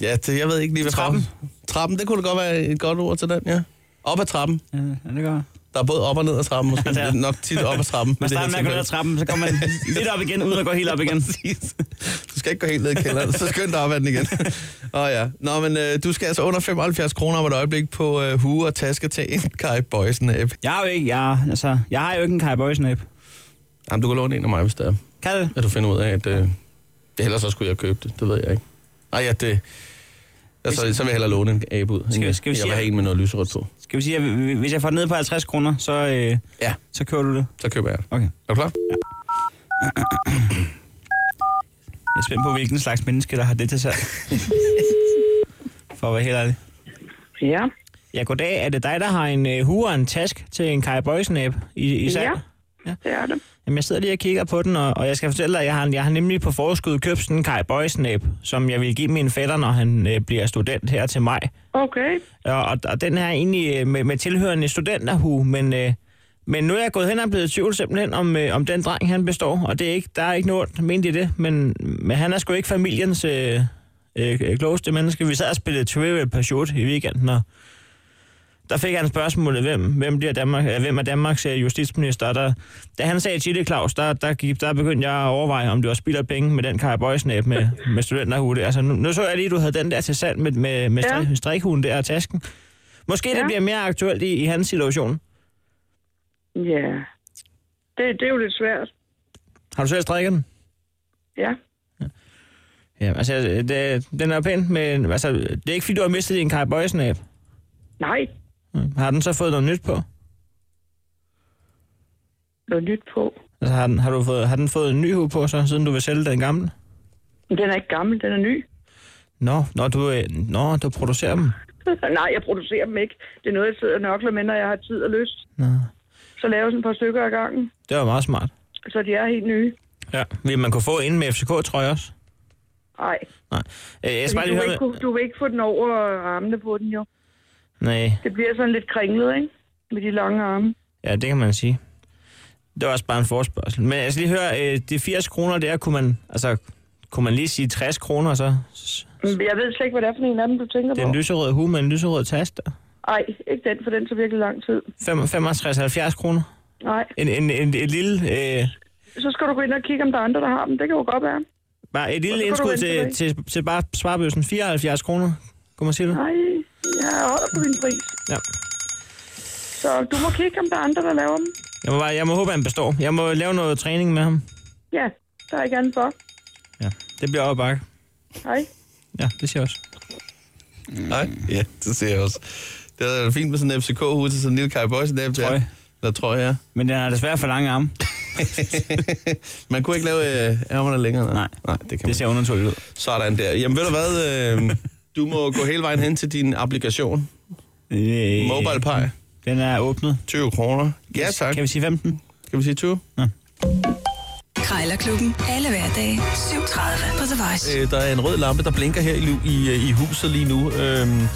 [SPEAKER 2] ja, det, jeg ved ikke lige, hvad
[SPEAKER 3] Trappen.
[SPEAKER 2] farven- Trappen, det kunne da godt være et godt ord til den, ja. Op ad trappen.
[SPEAKER 3] Ja, det gør
[SPEAKER 2] Der er både op og ned ad trappen, måske.
[SPEAKER 3] Ja.
[SPEAKER 2] Det er nok tit op ad trappen.
[SPEAKER 3] Man starter med at gå ned ad trappen, så kommer man lidt op igen, uden at gå helt op igen.
[SPEAKER 2] Du skal ikke gå helt ned i kælderen, så skynd dig op ad den igen. Åh oh, ja. Nå, men øh, du skal altså under 75 kroner om et øjeblik på øh, hue og taske til en Kai Boysen-app.
[SPEAKER 3] Jeg har jo ikke, jeg, altså, jeg har jo ikke en Kai Boysen-app.
[SPEAKER 2] Jamen, du kan låne en af mig, hvis det er.
[SPEAKER 3] Kan det?
[SPEAKER 2] At du finder ud af, at... Øh, ellers så skulle jeg købe det, det ved jeg ikke. Nej, ja, det... Altså, så vil jeg hellere låne en abe ud.
[SPEAKER 3] Skal vi- skal vi
[SPEAKER 2] jeg
[SPEAKER 3] sige-
[SPEAKER 2] vil have en med noget lyserødt på.
[SPEAKER 3] Skal vi sige, at hvis jeg får den ned på 50 kroner, så, øh,
[SPEAKER 2] Ja,
[SPEAKER 3] så kører du det?
[SPEAKER 2] så køber jeg det.
[SPEAKER 3] Okay.
[SPEAKER 2] Er du klar?
[SPEAKER 3] Jeg er spændt på, hvilken slags menneske, der har det til salg. For at være helt ærlig.
[SPEAKER 9] Ja,
[SPEAKER 3] Ja, goddag. Er det dig, der har en øh, hue og en task til en Kai Boysen-app i, i salg?
[SPEAKER 9] Ja. det er det.
[SPEAKER 3] Jamen, jeg sidder lige og kigger på den, og, og jeg skal fortælle dig, at jeg har, jeg har nemlig på forskud købt sådan en Kai Boysen-app, som jeg vil give min fætter, når han øh, bliver student her til maj.
[SPEAKER 9] Okay.
[SPEAKER 3] Og, og, og den her er egentlig øh, med, med tilhørende studenterhue, men, øh, men nu er jeg gået hen og blevet i tvivl simpelthen, om, øh, om den dreng, han består. Og det er ikke, der er ikke noget ment i det, men, men han er sgu ikke familiens øh, øh, øh, klogeste menneske. Vi sad og spillede Trivial Pursuit i weekenden, og der fik han spørgsmålet, hvem, hvem, bliver Danmark, øh, hvem er Danmarks øh, justitsminister? Og Der, da han sagde Chile Claus, der, der, gik, der begyndte jeg at overveje, om det var spild af penge med den Kaja Bøjsnæb med, med studenterhue. Altså, nu, nu, så jeg lige, at du havde den der til salg med, med, med
[SPEAKER 9] Ja.
[SPEAKER 3] ja. strikhugen der og tasken. Måske ja. det
[SPEAKER 9] Ja.
[SPEAKER 3] bliver mere aktuelt i, i hans situation.
[SPEAKER 9] Ja. Det, det er jo lidt svært.
[SPEAKER 3] Har du selv strikket den?
[SPEAKER 9] Ja.
[SPEAKER 3] Ja, altså, øh, det, den er pæn, men altså, det er ikke, fordi du har mistet din Kaja Bøjsnæb.
[SPEAKER 9] Nej,
[SPEAKER 3] Har den så fået noget nyt på?
[SPEAKER 9] noget nyt på.
[SPEAKER 3] Altså, har, den, har, du fået, har den fået en ny hue på, så, siden du vil sælge den gamle?
[SPEAKER 9] Men Den er ikke gammel, den er ny.
[SPEAKER 3] Nå, når du, øh, nå, du producerer dem.
[SPEAKER 9] Nej, jeg producerer dem ikke. Det er noget, jeg sidder og nokler med, når jeg har tid og lyst.
[SPEAKER 3] Nå.
[SPEAKER 9] Så laver jeg sådan et par stykker ad gangen,
[SPEAKER 3] Det var meget smart.
[SPEAKER 9] så de er helt nye.
[SPEAKER 3] Ja. Vil man kunne få en med FCK, tror jeg også?
[SPEAKER 9] Nej,
[SPEAKER 3] Nej. Øh, jeg skal bare
[SPEAKER 9] du,
[SPEAKER 3] lige
[SPEAKER 9] vil
[SPEAKER 3] høre
[SPEAKER 9] ikke,
[SPEAKER 3] med...
[SPEAKER 9] kunne- du vil ikke få den over armene på den jo.
[SPEAKER 3] Nej,
[SPEAKER 9] Det bliver sådan lidt kringlet, ikke? Med de lange arme.
[SPEAKER 3] ja, det kan man sige. Det var også bare en forspørgsel. Men jeg skal lige høre, øh, de 80 kroner der, kunne man, altså, kunne man lige sige 60 kroner, så s-
[SPEAKER 9] Men Jeg ved slet ikke, hvad det er for en af dem, du tænker
[SPEAKER 3] den
[SPEAKER 9] på.
[SPEAKER 3] lyserøde hue med en lyserød taste.
[SPEAKER 9] Nej, ikke den, for den tager virkelig lang tid.
[SPEAKER 3] 65-70 kroner.
[SPEAKER 9] Nej,
[SPEAKER 3] En, en, en, et lille, øh,
[SPEAKER 9] så skal du gå ind og kigge, om der er andre, der har dem. Det kan jo godt være.
[SPEAKER 3] bare et
[SPEAKER 9] Og
[SPEAKER 3] lille
[SPEAKER 9] så kan
[SPEAKER 3] indskud
[SPEAKER 9] du vente
[SPEAKER 3] til,
[SPEAKER 9] tilbage.
[SPEAKER 3] til, til bare sparebøssen. 74 kroner, kunne man sige det?
[SPEAKER 9] Nej, jeg holder på min pris.
[SPEAKER 3] Ja.
[SPEAKER 9] Så du må kigge, om der er andre, der laver dem.
[SPEAKER 3] Jeg må, bare, jeg må håbe, at han består. Jeg må lave noget træning med ham.
[SPEAKER 9] Ja, der er ikke andet for.
[SPEAKER 3] Ja, det bliver op ad bakke.
[SPEAKER 9] Hej.
[SPEAKER 3] Ja, det siger jeg også.
[SPEAKER 2] Nej, ja, det ser jeg også. Det er fint med sådan en FCK-hue til sådan en lille Kai Boysen-app.
[SPEAKER 3] Trøje.
[SPEAKER 2] Der tror jeg, ja.
[SPEAKER 3] Men den har desværre for lange arme.
[SPEAKER 2] Man kunne ikke lave øh, ærmerne længere. Nej,
[SPEAKER 3] Nej.
[SPEAKER 2] det kan man
[SPEAKER 3] Det
[SPEAKER 2] ikke.
[SPEAKER 3] ser undertrykt ud.
[SPEAKER 2] Sådan der. Jamen ved du hvad, øh, du må gå hele vejen hen til din applikation.
[SPEAKER 3] Øh,
[SPEAKER 2] MobilePay,
[SPEAKER 3] Den er åbnet.
[SPEAKER 2] 20 kroner. Ja tak.
[SPEAKER 3] Kan vi sige 15?
[SPEAKER 2] Kan vi sige 20?
[SPEAKER 3] Ja.
[SPEAKER 7] Krejlerklubben. Alle hverdage. 7.30 på The Voice.
[SPEAKER 2] Øh, der er en rød lampe, der blinker her i, lu- i, øh, i huset lige nu. Øhm,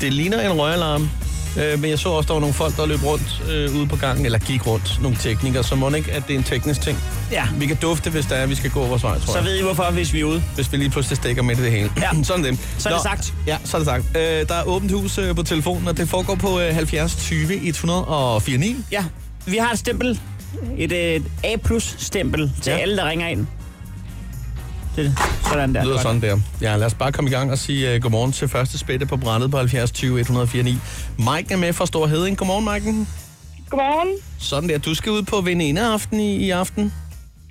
[SPEAKER 2] det ligner en røgalarm, øh, men jeg så også, der var nogle folk, der løb rundt øh, ude på gangen, eller gik rundt, nogle teknikere, så må ikke, at det er en teknisk ting.
[SPEAKER 3] Ja.
[SPEAKER 2] Vi kan dufte, hvis der er, vi skal gå vores vej, tror
[SPEAKER 3] Så
[SPEAKER 2] jeg.
[SPEAKER 3] ved I hvorfor, hvis vi er ude.
[SPEAKER 2] Hvis vi lige pludselig stikker med det hele.
[SPEAKER 3] Ja.
[SPEAKER 2] Sådan det.
[SPEAKER 3] Så er det sagt.
[SPEAKER 2] Ja, så er det sagt. Øh, der er åbent hus øh, på telefonen, og det foregår på øh, 70 20 104 9.
[SPEAKER 3] Ja, vi har et stempel. Et, øh, et A-plus-stempel til
[SPEAKER 2] Ja.
[SPEAKER 3] ja. alle, der ringer ind. Det er sådan der.
[SPEAKER 2] Det lyder
[SPEAKER 3] Godt.
[SPEAKER 2] sådan der. Ja, lad os bare komme i gang og sige uh, godmorgen til første spætte på brændet på 70 20 104 9. Mike er med fra Stor Heding. Godmorgen, Mike.
[SPEAKER 9] Godmorgen.
[SPEAKER 2] Sådan der. Du skal ud på venindeaften i, i aften.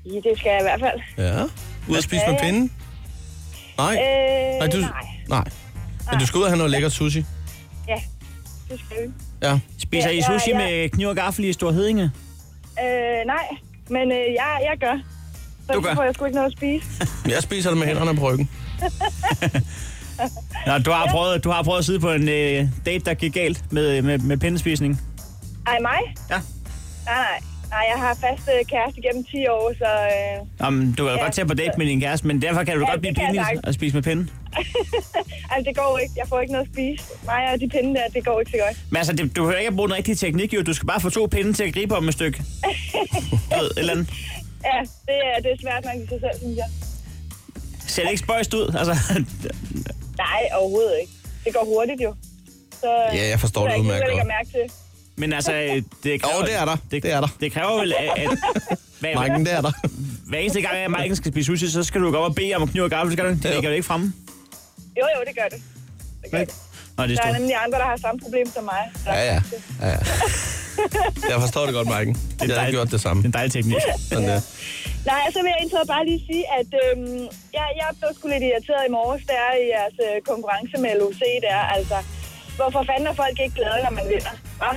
[SPEAKER 9] Ja, det skal jeg i hvert fald.
[SPEAKER 2] Ja. Ud og spise med
[SPEAKER 9] jeg?
[SPEAKER 2] pinden? Nej.
[SPEAKER 9] Øh,
[SPEAKER 2] du... nej. Men du skal ud og have noget lækker sushi.
[SPEAKER 9] Ja, det skal vi.
[SPEAKER 2] Ja.
[SPEAKER 3] Spiser I
[SPEAKER 9] Ja,
[SPEAKER 3] sushi
[SPEAKER 9] ja, ja.
[SPEAKER 3] med kniv og gaffel i Stor Hedinge?
[SPEAKER 9] Øh, nej, men øh, jeg, jeg gør. Så
[SPEAKER 3] Du gør.
[SPEAKER 9] får jeg sgu ikke noget at spise.
[SPEAKER 2] Jeg spiser det med hænderne på ryggen.
[SPEAKER 3] Nå, du har, prøvet, du har prøvet at sidde på en øh, date, der gik galt med, øh, med, med pindespisning.
[SPEAKER 9] Ej, mig?
[SPEAKER 3] Ja.
[SPEAKER 9] Nej, nej. Nej, jeg har fast øh, kæreste gennem 10 år, så... Øh,
[SPEAKER 3] Jamen, du kan ja.
[SPEAKER 9] Ja.
[SPEAKER 3] godt tage på date med din kæreste, men derfor kan du
[SPEAKER 9] Ja,
[SPEAKER 3] godt blive
[SPEAKER 9] det kan jeg
[SPEAKER 3] pinlig
[SPEAKER 9] sagtens.
[SPEAKER 3] at spise med pinden.
[SPEAKER 9] altså, det går ikke. Jeg får ikke noget at spise. Mig og de pinde der, det går ikke så godt.
[SPEAKER 3] Men altså, det, du behøver ikke at bruge den rigtige teknik, jo. Du skal bare få to pinde til at gribe om et stykke. Du ved, et eller andet.
[SPEAKER 9] Ja, det, er, det er svært nok i sig selv, synes jeg.
[SPEAKER 3] Ser det ikke spøjst ud? Altså,
[SPEAKER 9] Nej, overhovedet ikke. Det går hurtigt jo. Så, øh,
[SPEAKER 2] Ja, jeg forstår
[SPEAKER 9] det
[SPEAKER 2] det
[SPEAKER 9] ikke,
[SPEAKER 2] udmærket
[SPEAKER 9] jeg lægger
[SPEAKER 2] godt.
[SPEAKER 9] mærke til.
[SPEAKER 3] men altså, øh, det kræver...
[SPEAKER 2] det er der. Det er der.
[SPEAKER 3] Det kræver vel, at... at hver,
[SPEAKER 2] Mike'en, det er der.
[SPEAKER 3] hver eneste gang, at Mike skal spise sushi, så skal du gå op og bede om at knive og gaffel, skal du? Det
[SPEAKER 2] Jo.
[SPEAKER 3] ligger jo ikke fremme.
[SPEAKER 9] Jo, jo, det gør det. det, gør det.
[SPEAKER 3] Nå, det er
[SPEAKER 9] Der er
[SPEAKER 3] stort.
[SPEAKER 9] nemlig andre, der har samme problem som mig. Så.
[SPEAKER 2] Ja, ja. ja, ja. Jeg forstår det godt, Mike. Jeg har
[SPEAKER 3] dejligt.
[SPEAKER 2] gjort det
[SPEAKER 3] Det er
[SPEAKER 2] samme.
[SPEAKER 3] en dejlig teknik.
[SPEAKER 2] Sådan der.
[SPEAKER 9] Nej, så vil jeg egentlig bare lige sige, at øhm, jeg, jeg blev sgu lidt irriteret i morges, der er i jeres øh, konkurrence med LOC der. Altså, hvorfor fanden er folk ikke glade, når man vinder? Hva?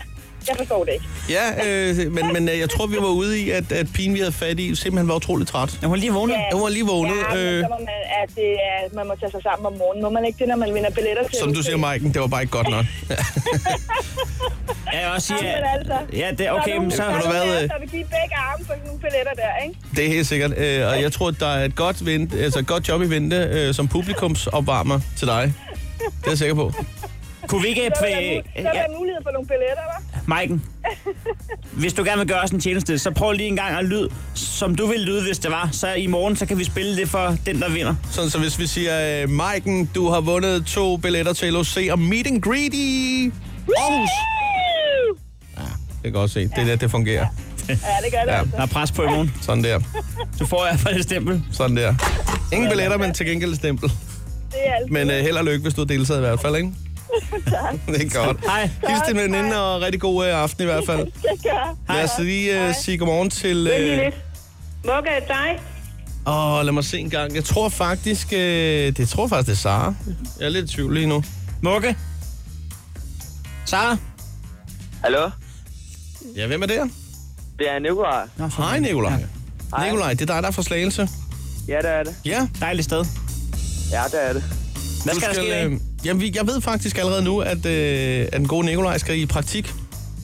[SPEAKER 9] Jeg forstår det ikke.
[SPEAKER 2] Ja, øh, men, men øh, jeg tror, vi var ude i, at, at pigen, vi havde fat i, simpelthen var utrolig træt.
[SPEAKER 3] Ja, hun er lige vågnet.
[SPEAKER 2] Jeg var lige vågnet.
[SPEAKER 9] Ja,
[SPEAKER 2] øh,
[SPEAKER 9] men så må man, at det er, man må tage sig sammen om morgenen. Må man ikke det, når man vinder billetter til
[SPEAKER 2] Som du
[SPEAKER 9] LOC?
[SPEAKER 2] siger, Mike, det var bare ikke godt nok.
[SPEAKER 3] Ja, jeg også
[SPEAKER 9] Ja,
[SPEAKER 3] siger...
[SPEAKER 9] men altså.
[SPEAKER 3] Ja, det, okay, men så...
[SPEAKER 9] der er
[SPEAKER 2] Har du
[SPEAKER 9] nogle
[SPEAKER 2] været,
[SPEAKER 9] af
[SPEAKER 2] øh,
[SPEAKER 9] os, der vil give begge arme for sådan nogle billetter der, ikke?
[SPEAKER 2] Det er helt sikkert. Øh, og jeg tror, der er et godt, vent, altså et godt job i vente øh, som publikumsopvarmer til dig. Det er jeg sikker på.
[SPEAKER 3] Kunne vi ikke...
[SPEAKER 9] Så vil der,
[SPEAKER 3] øh,
[SPEAKER 9] mu- så
[SPEAKER 3] ja,
[SPEAKER 9] vil der mulighed for nogle billetter, hva'?
[SPEAKER 3] Maiken, hvis du gerne vil gøre os en tjeneste, så prøv lige en gang at lyde, som du ville lyde, hvis det var. Så i morgen, så kan vi spille det for den, der vinder.
[SPEAKER 2] Sådan, så hvis vi siger, øh, Maiken, du har vundet to billetter til LOC og Meet and Greet i Aarhus. Det kan jeg godt se. Det er der, det fungerer.
[SPEAKER 9] Ja, det gør det
[SPEAKER 2] Ja.
[SPEAKER 9] altså.
[SPEAKER 3] Der er pres på i morgen.
[SPEAKER 2] Sådan der.
[SPEAKER 3] Du får i hvert fald et stempel.
[SPEAKER 2] Sådan der. Ingen billetter, men til gengæld stempel.
[SPEAKER 9] Det er altså.
[SPEAKER 2] Men øh, held og lykke, hvis du deltager i hvert fald, ikke? Det er godt.
[SPEAKER 3] Hej.
[SPEAKER 2] Hils din veninde, og rigtig god øh, aften i hvert fald.
[SPEAKER 9] Det gør.
[SPEAKER 2] Lad os lige øh, sige godmorgen til... Øh,
[SPEAKER 9] Mokka, dig?
[SPEAKER 2] Åh, lad mig se en gang. Jeg tror faktisk, øh, det jeg tror faktisk, det er Sara. Jeg er lidt i tvivl lige nu.
[SPEAKER 3] Mukke. Sara.
[SPEAKER 10] Hallo?
[SPEAKER 2] Ja, hvem er det?
[SPEAKER 10] Det er Nikolaj.
[SPEAKER 2] Hej, Nikolaj. Ja. Nikolaj, det er dig, der er fra Slagelse.
[SPEAKER 10] Ja, det er det.
[SPEAKER 2] Ja,
[SPEAKER 3] Dejligt sted.
[SPEAKER 10] Ja, det er det.
[SPEAKER 3] Hvad skal, skal der ske? i dag?
[SPEAKER 2] øh, jamen, vi- jeg ved faktisk allerede nu, at, øh, at den gode Nikolaj skal i praktik.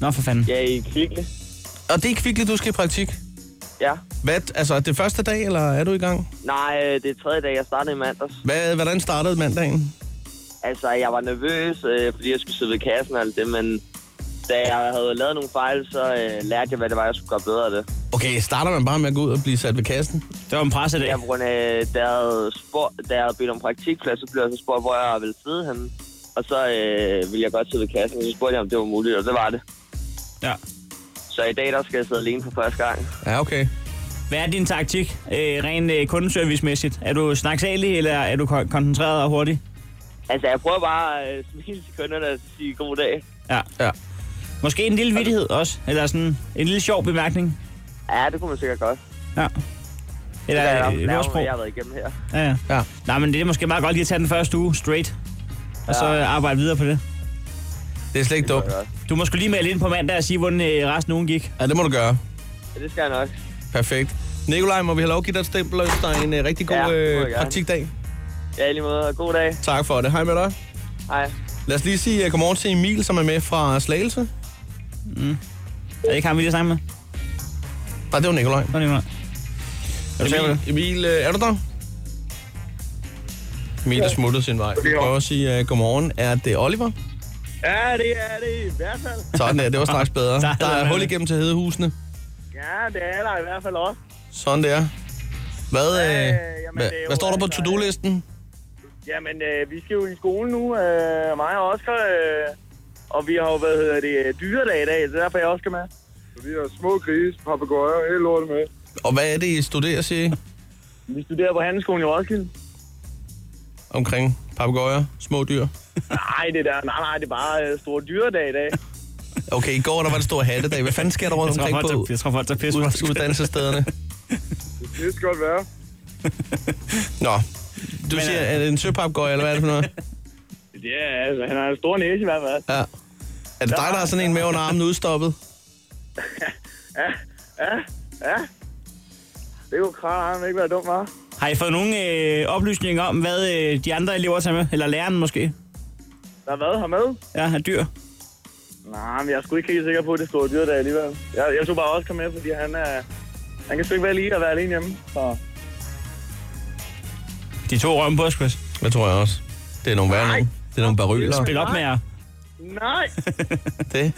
[SPEAKER 3] Nå, for fanden.
[SPEAKER 10] Ja, i Kvickle.
[SPEAKER 2] Og det er kvikligt, du skal i praktik.
[SPEAKER 10] Ja.
[SPEAKER 2] Hvad, altså, er det første dag, eller er du i gang?
[SPEAKER 10] Nej, øh, det er tredje dag, jeg startede i mandags.
[SPEAKER 2] Hvad, hvordan startede mandagen?
[SPEAKER 10] Altså, jeg var nervøs, øh, fordi jeg skulle sidde ved kassen og alt det, men da jeg havde lavet nogle fejl, så øh, lærte jeg, hvad det var, jeg skulle gøre bedre af det.
[SPEAKER 2] Okay, starter man bare med at gå ud og blive sat ved kassen?
[SPEAKER 3] Det var en presse dag.
[SPEAKER 10] Ja, på grund af, da jeg havde, spurgt, da jeg havde bedt om praktikplads, så blev jeg så spurgt, hvor jeg ville sidde henne. Og så øh, ville jeg godt sidde ved kassen, og så spurgte jeg, om det var muligt, og det var det.
[SPEAKER 3] Ja.
[SPEAKER 10] Så i dag, der skal jeg sidde alene for første gang.
[SPEAKER 2] Ja, okay.
[SPEAKER 3] Hvad er din taktik, øh, rent øh, kundeservice-mæssigt? Er du snaksalig, eller er du kon- koncentreret og hurtig?
[SPEAKER 10] Altså, jeg prøver bare at øh, smile til kunderne og sige god dag.
[SPEAKER 3] Ja.
[SPEAKER 2] Ja.
[SPEAKER 3] Måske en lille vittighed også, eller sådan en lille sjov bemærkning.
[SPEAKER 10] Ja, det kunne man sikkert godt.
[SPEAKER 3] Ja.
[SPEAKER 10] Det er
[SPEAKER 3] Eller
[SPEAKER 10] jeg,
[SPEAKER 3] øh,
[SPEAKER 10] jeg,
[SPEAKER 3] ordsprog.
[SPEAKER 10] jeg har været igennem her.
[SPEAKER 3] Ja, ja.
[SPEAKER 2] Ja.
[SPEAKER 3] Nej, men det er måske meget godt lige at tage den første uge straight, og så øh, arbejde videre på det.
[SPEAKER 2] Det er slet ikke dumt.
[SPEAKER 3] Du må sgu lige melde ind på mandag og sige, hvordan øh, resten af ugen gik.
[SPEAKER 2] Ja, det må du gøre.
[SPEAKER 10] Ja, det skal jeg nok.
[SPEAKER 2] Perfekt. Nikolaj, må vi have lov at give dig et stempel og ønske dig en øh, rigtig god
[SPEAKER 10] Ja, det må jeg
[SPEAKER 2] øh,
[SPEAKER 10] gerne.
[SPEAKER 2] praktikdag?
[SPEAKER 10] Ja, i lige måde. God dag.
[SPEAKER 2] Tak for det. Hej med dig.
[SPEAKER 10] Hej.
[SPEAKER 2] Lad os lige sige uh, godmorgen til Emil, som er med fra Slagelse.
[SPEAKER 3] Er det ikke ham, vi lige snakke med?
[SPEAKER 2] Nej, det var Nikolaj. Det
[SPEAKER 3] var Nikolaj.
[SPEAKER 2] Er du sikker på det? Emil, øh, er du der? Emil er smuttet sin vej. Vi prøver at sige uh, godmorgen. Er det Oliver?
[SPEAKER 11] Ja, det er det i hvert fald.
[SPEAKER 2] Sådan der, det var straks bedre.
[SPEAKER 11] Der er
[SPEAKER 2] Der er
[SPEAKER 11] det.
[SPEAKER 2] hul igennem til hedehusene.
[SPEAKER 11] Ja, det er der i hvert fald også.
[SPEAKER 2] Sådan der. Hvad, øh,
[SPEAKER 11] Ja,
[SPEAKER 2] jamen,
[SPEAKER 11] jamen,
[SPEAKER 2] hvad,
[SPEAKER 11] det er jo
[SPEAKER 2] hvad står der på to-do-listen?
[SPEAKER 11] Jamen, øh, vi skal jo i skole nu, øh, mig og Oscar, øh, og vi har jo, hvad hedder det, øh, dyredag i dag, så derfor er jeg også skal med. Vi har små grise, papegøjer, hele lortet med.
[SPEAKER 2] Og hvad er det, I studerer, siger I?
[SPEAKER 11] Vi studerer på Handelsskolen i Roskilde.
[SPEAKER 2] Omkring papegøjer, små dyr.
[SPEAKER 11] Nej, det der, nej, nej, det er bare øh, store dyredag i dag.
[SPEAKER 2] Okay, i går der var det store hattedag. Hvad fanden sker der rundt
[SPEAKER 3] Jeg tror,
[SPEAKER 2] omkring
[SPEAKER 3] folk
[SPEAKER 2] på
[SPEAKER 3] tager- jeg tror, folk tager pis.
[SPEAKER 2] ud- uddannelsesstederne?
[SPEAKER 11] Det skal godt være.
[SPEAKER 2] Nå, du siger, er det en søpapegøje, eller hvad er det for noget?
[SPEAKER 11] Ja, altså, han har en stor næse i hvert fald.
[SPEAKER 2] Ja. Er det dig, der har sådan en med under armen udstoppet?
[SPEAKER 11] Ja, ja, ja. Det kunne kraft ikke være dumt, var.
[SPEAKER 3] Har I fået nogle øh, oplysninger om, hvad øh, de andre elever tager med? Eller læreren måske?
[SPEAKER 11] Der har været her med.
[SPEAKER 3] Ja, har dyr.
[SPEAKER 11] Nej, men jeg er sgu ikke helt sikker på, at det store dyr der alligevel. Jeg, jeg tog bare også komme med, fordi han er... Han kan sgu ikke være lige at være alene hjemme. Så.
[SPEAKER 3] De to rømme på os, Chris.
[SPEAKER 2] Det tror jeg også. Det er nogle værre nogen. Det er nogle baryler.
[SPEAKER 3] Spil op med jer.
[SPEAKER 11] Nej!
[SPEAKER 2] Det.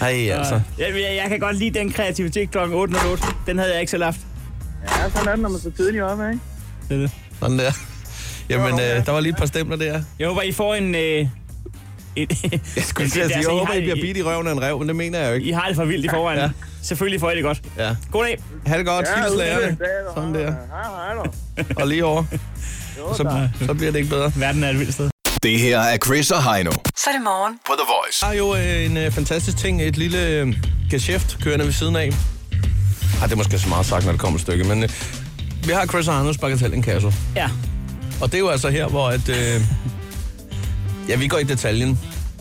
[SPEAKER 2] Ej, altså.
[SPEAKER 3] Jeg, jeg, jeg kan godt lide den kreativitet kl. 8.08. Den havde jeg ikke selv haft.
[SPEAKER 11] Ja, sådan er det, når man så tidligt op, ikke?
[SPEAKER 3] Det er det.
[SPEAKER 2] Sådan der. Jamen, øh, der var lige et par stempler der.
[SPEAKER 3] Jeg håber, I får en... altså, Øh, et,
[SPEAKER 2] Jeg skulle til at sige, jeg håber, I bliver bidt i røven af en rev, men det mener jeg jo ikke.
[SPEAKER 3] I har det for vildt i forvejen.
[SPEAKER 2] Ja.
[SPEAKER 3] Ja. Selvfølgelig får I det godt.
[SPEAKER 2] Ja.
[SPEAKER 3] God dag.
[SPEAKER 2] Ha' det godt.
[SPEAKER 3] Ja,
[SPEAKER 2] Hils
[SPEAKER 3] ud
[SPEAKER 2] lærerne.
[SPEAKER 3] til det.
[SPEAKER 2] Sådan der.
[SPEAKER 11] øh, Hej, hej,
[SPEAKER 2] Og lige over. Så, så bliver det ikke bedre.
[SPEAKER 3] Verden er et vildt sted.
[SPEAKER 6] Det her er Chris og Heino.
[SPEAKER 7] Så er det morgen.
[SPEAKER 6] På The Voice.
[SPEAKER 2] Der er jo øh, en øh, fantastisk ting, et lille øh, geschæft kørende ved siden af. Ej, det er måske så meget sagt, når det kommer et stykke, men øh, vi har Chris og Anders Bagatell Inkasso.
[SPEAKER 3] Ja.
[SPEAKER 2] Og det er jo altså her, hvor at, øh, ja, vi går i detaljen.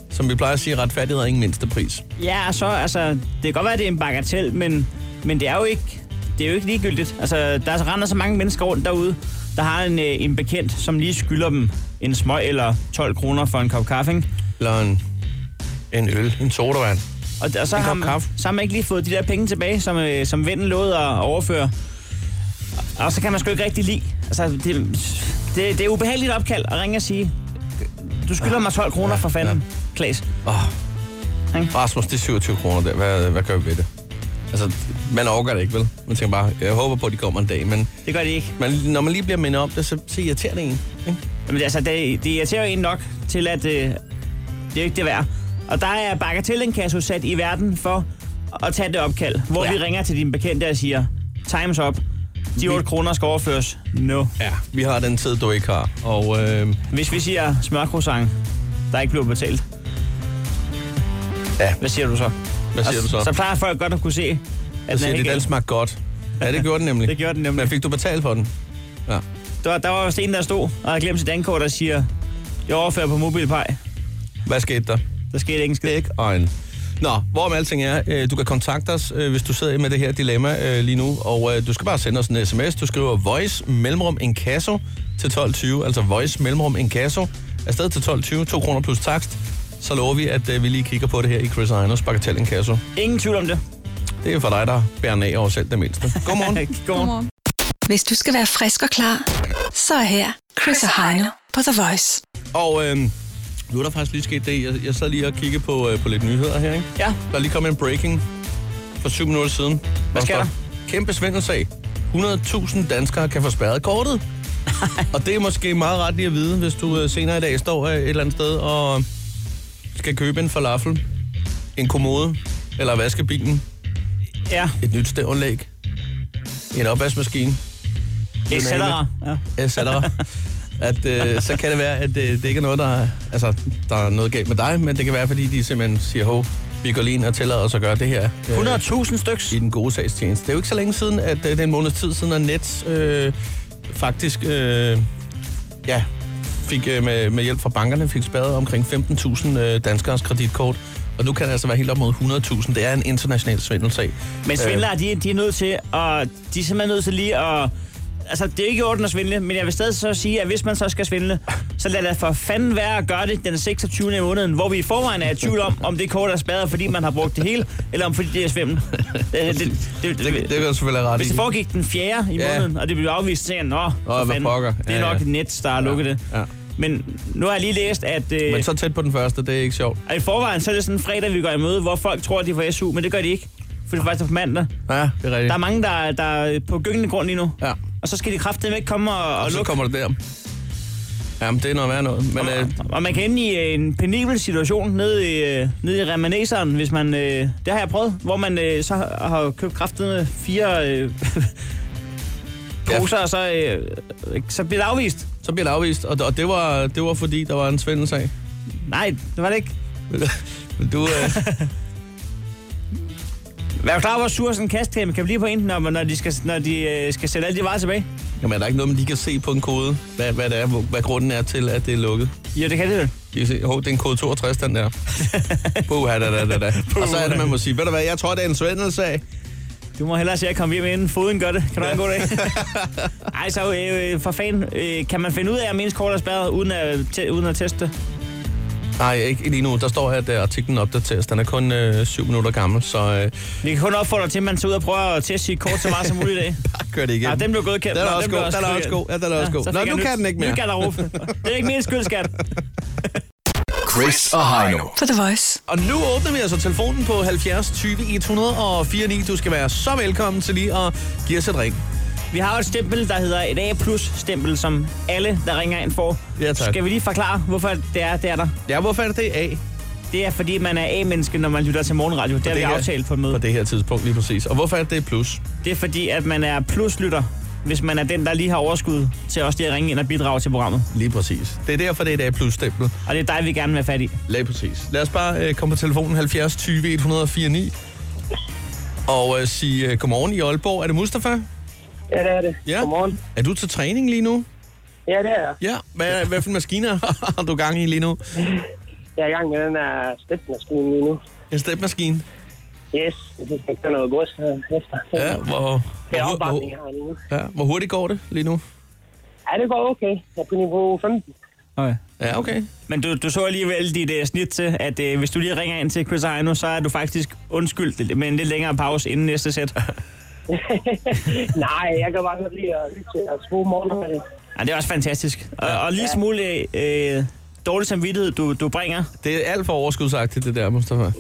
[SPEAKER 2] Som vi plejer at sige, retfærdighed er ingen mindste pris.
[SPEAKER 3] Ja, og så, altså, det kan godt være, at det er en bagatel, men, men det er jo ikke, det er jo ikke ligegyldigt. Altså, der er- render så mange mennesker rundt derude, der har en, øh, en bekendt, som lige skylder dem en smøg eller 12 kroner for en kop kaffe, ikke?
[SPEAKER 2] Eller en, en øl, en sodavand.
[SPEAKER 3] Og, og så,
[SPEAKER 2] En
[SPEAKER 3] har
[SPEAKER 2] kop
[SPEAKER 3] man,
[SPEAKER 2] kaffe.
[SPEAKER 3] så har man ikke lige fået de der penge tilbage, som, øh, som vennen lovede at overføre. Og, og så kan man sgu ikke rigtig lide. Altså, det, det, det er ubehageligt opkald at ringe og sige, du skylder mig 12 kroner for fanden, Klaas.
[SPEAKER 2] Rasmus, det er 27 kroner der. Hvad, hvad gør vi ved det? Altså, man overgår det ikke, vel? Man tænker bare, jeg håber på, at de kommer en dag, men...
[SPEAKER 3] Det gør de ikke.
[SPEAKER 2] Man, når man lige bliver mindet om det, så, så irriterer det en. Ikke?
[SPEAKER 3] Jamen, altså, det, det irriterer jo en nok til, at øh, det er jo ikke det værd. Og der er bagatellinkasso sat i verden for at tage det opkald, hvor ja. vi ringer til din bekendte og siger, times up, de 8 kroner skal overføres nu. No.
[SPEAKER 2] Ja. Vi har den tid, du ikke har, og øh,
[SPEAKER 3] Hvis vi siger smørkrosang, der ikke bliver betalt,
[SPEAKER 2] Ja.
[SPEAKER 3] hvad siger du så?
[SPEAKER 2] hvad siger
[SPEAKER 3] Og
[SPEAKER 2] du så?
[SPEAKER 3] Så plejer folk godt at kunne se,
[SPEAKER 2] så
[SPEAKER 3] at den
[SPEAKER 2] siger
[SPEAKER 3] er
[SPEAKER 2] de,
[SPEAKER 3] ikke
[SPEAKER 2] den
[SPEAKER 3] galt.
[SPEAKER 2] smagte godt. Ja, det gjorde den nemlig.
[SPEAKER 3] Det gjorde den nemlig.
[SPEAKER 2] Men fik du betalt for den? Ja.
[SPEAKER 3] Der, var- der var også en, der stod og havde glemt sit dankort og siger, jeg overfører på mobilpej.
[SPEAKER 2] Hvad skete der?
[SPEAKER 3] Der skete ikke en skid.
[SPEAKER 2] Ikke øjen. Nå, hvorom alting er, øh, du kan kontakte os, øh, hvis du sidder med det her dilemma øh, lige nu, og øh, du skal bare sende os en sms. Du skriver voice mellemrum en kasso til 12.20, altså voice mellemrum en kasso, afsted til 12.20, 2 kroner plus takst. Så lover vi, at øh, vi lige kigger på det her i Chris Einers Bagatell Inkasso.
[SPEAKER 3] Ingen tvivl om det.
[SPEAKER 2] Det er for dig, der bærer en af over selv det mindste. Godmorgen.
[SPEAKER 3] Godmorgen.
[SPEAKER 4] Hvis du skal være frisk og klar, så er her Chris og Heino på The Voice.
[SPEAKER 2] Og øh, nu er der faktisk lige sket det. Jeg, jeg sad lige og kiggede på, øh, på lidt nyheder her, ikke?
[SPEAKER 3] Ja.
[SPEAKER 2] Der er lige kommet en breaking for syv minutter siden. Hvad
[SPEAKER 3] sker der?
[SPEAKER 2] Kæmpe svindelsag. 100.000 danskere kan få spærret kortet. og det er måske meget ret lige at vide, hvis du øh, senere i dag står øh, et eller andet sted og skal købe en falafel, en kommode, eller vaske bilen,
[SPEAKER 3] Ja,
[SPEAKER 2] et nyt stævnlæg, en opvaskemaskine,
[SPEAKER 3] et cetera. Ja.
[SPEAKER 2] etc. at øh, så kan det være, at øh, det ikke er noget, der er, altså, der er noget galt med dig, men det kan være, fordi de simpelthen siger, hov, vi går lige ind og tillader os at gøre det her. øh,
[SPEAKER 3] 100.000 styks.
[SPEAKER 2] i den gode sagstjeneste. Det er jo ikke så længe siden, at øh, det er en måneds tid siden, at Nets øh, faktisk øh, ja, fik øh, med, med hjælp fra bankerne fik spadet omkring 15.000 øh, danskers kreditkort. Og nu kan det altså være helt op mod 100.000. Det er en international svindelsag.
[SPEAKER 3] Men
[SPEAKER 2] Øh,
[SPEAKER 3] svindlere, de, de er nødt til at... De er simpelthen nødt til lige at altså, det er ikke i orden at svindle, men jeg vil stadig så sige, at hvis man så skal svindle, så lad det for fanden være at gøre det den 26. i måneden, hvor vi i forvejen er i tvivl om, om det kort er spadet, fordi man har brugt det hele, eller om fordi det er svindel. Det, det, det, det,
[SPEAKER 2] det kan du selvfølgelig have ret
[SPEAKER 3] Hvis
[SPEAKER 2] i.
[SPEAKER 3] det foregik den 4. i
[SPEAKER 2] Ja.
[SPEAKER 3] måneden, og det blev afvist, så tænker jeg, nå, for
[SPEAKER 2] hvad
[SPEAKER 3] fanden,
[SPEAKER 2] pokker."
[SPEAKER 3] det er
[SPEAKER 2] Ja,
[SPEAKER 3] nok
[SPEAKER 2] ja.
[SPEAKER 3] et net, der har lukket det.
[SPEAKER 2] Ja.
[SPEAKER 3] Men nu har jeg lige læst, at... Øh,
[SPEAKER 2] Men så tæt på den første, det er ikke sjovt.
[SPEAKER 3] og i forvejen, så er det sådan en fredag, vi går i møde, hvor folk tror, at de får SU, men det gør de ikke. For det er faktisk på mandag.
[SPEAKER 2] Ja, det er rigtigt.
[SPEAKER 3] Der er mange, der, der er på gyngende grund lige nu.
[SPEAKER 2] Ja.
[SPEAKER 3] Og så skal de kraftedeme ikke komme og, og,
[SPEAKER 2] Og så
[SPEAKER 3] lukke.
[SPEAKER 2] kommer det der. Jamen, det er noget værd noget. Men øh,
[SPEAKER 3] Og man kan ende i øh, en penibel situation nede i, øh, nede i remaneseren, hvis man... Øh, det har jeg prøvet, hvor man øh, så har har købt kraftedeme fire øh, poser, og så, øh, så bliver det afvist.
[SPEAKER 2] så bliver det afvist, og, og det, var, det var fordi, der var en svindelsag.
[SPEAKER 3] Nej, det var det ikke.
[SPEAKER 2] Men du... Øh,
[SPEAKER 3] Vær jo klar, over, hvor sur sådan en kastkæmme kan blive på en, når, når de, skal, når de øh, skal sætte alle de varer tilbage.
[SPEAKER 2] jamen, er der ikke noget, man lige kan se på en kode, hvad, hvad, det er, hvor- hvad grunden er til, at det er lukket?
[SPEAKER 3] Ja, det kan det vel.
[SPEAKER 2] De kan se, hov, det er en kode 62, den der. Puh, da, da, da, da. Og så er det, man må sige, ved du hvad, jeg tror, det er en svindelsag.
[SPEAKER 3] Du må hellere se at komme hjem, inden foden gør det. Kan du have en god dag? Ej, så øh, for fan, øh, kan man finde ud af, om ens kort er spærret, uden at, tæ- uden at teste det?
[SPEAKER 2] Nej, ikke lige nu. Der står her, at øh, artiklen opdateres. Den er kun øh, syv minutter gammel, så øh,
[SPEAKER 3] Vi kan kun opfordre til, at man tager ud og prøver at teste sit kort så meget som muligt i dag.
[SPEAKER 2] kør det igen.
[SPEAKER 3] Ja, den blev godkendt.
[SPEAKER 2] Den er
[SPEAKER 3] Nå,
[SPEAKER 2] også
[SPEAKER 3] blev
[SPEAKER 2] god. Den er også
[SPEAKER 3] godkendt.
[SPEAKER 2] god. Ja, den er også god.
[SPEAKER 3] så
[SPEAKER 2] Nå,
[SPEAKER 3] fik jeg
[SPEAKER 2] nu
[SPEAKER 3] nyt-
[SPEAKER 2] kan den ikke mere.
[SPEAKER 3] Ny garderobe. Det er ikke min skyld, skat.
[SPEAKER 6] Chris og Heino.
[SPEAKER 4] På The Voice.
[SPEAKER 2] Og nu åbner vi altså telefonen på 70 20 104 9. Du skal være så velkommen til lige at give os et ring.
[SPEAKER 3] Vi har jo et stempel, der hedder et A-plus-stempel, som alle, der ringer ind, får.
[SPEAKER 2] Ja, tak.
[SPEAKER 3] Skal vi lige forklare, hvorfor det er, det er der?
[SPEAKER 2] Ja, hvorfor er det det A?
[SPEAKER 3] Det er, fordi man er A-menneske, når man lytter til morgenradio. Det har vi
[SPEAKER 2] det her-
[SPEAKER 3] aftalt på et møde.
[SPEAKER 2] På det her tidspunkt lige præcis. Og hvorfor er det det plus?
[SPEAKER 3] Det er fordi, at man er pluslytter, hvis man er den, der lige har overskud til også lige at ringe ind og bidrage til programmet.
[SPEAKER 2] Lige præcis. Det er derfor, det er et A plus stempel.
[SPEAKER 3] Og det er dig, vi gerne vil have fat i.
[SPEAKER 2] Lige præcis. Lad os bare øh, komme på telefonen 70 20 104 9. Og øh, sige øh, godmorgen i Aalborg. Er det Mustafa?
[SPEAKER 11] Ja, det er det.
[SPEAKER 2] Ja. Godmorgen. Er du til træning lige nu?
[SPEAKER 11] Ja, det er jeg.
[SPEAKER 2] Ja. Hvad, hvad for maskiner har du gang i lige nu?
[SPEAKER 11] Jeg er i gang med den her stepmaskine lige nu.
[SPEAKER 2] En stepmaskine?
[SPEAKER 11] Yes, jeg synes, jeg kører noget gods her efter.
[SPEAKER 2] Ja, hvor,
[SPEAKER 11] Det er
[SPEAKER 2] hvor,
[SPEAKER 11] opvarmning,
[SPEAKER 2] hvor,
[SPEAKER 11] jeg har lige nu.
[SPEAKER 2] ja, hvor hurtigt går det lige nu?
[SPEAKER 11] Ja, det går okay. Jeg er på niveau 15.
[SPEAKER 3] Okay.
[SPEAKER 2] Ja, okay.
[SPEAKER 3] Men du, du så alligevel dit uh, snit til, at uh, hvis du lige ringer ind til Chris og Heino, så er du faktisk undskyldt med en lidt længere pause inden næste sæt.
[SPEAKER 11] Nej, jeg kan bare godt lide at lytte til jeres gode morgen.
[SPEAKER 3] Ja, det er også fantastisk. Og, og lige smule uh, dårlig samvittighed, du, du bringer.
[SPEAKER 2] Det er alt for overskudsagtigt, det der, Mustafa.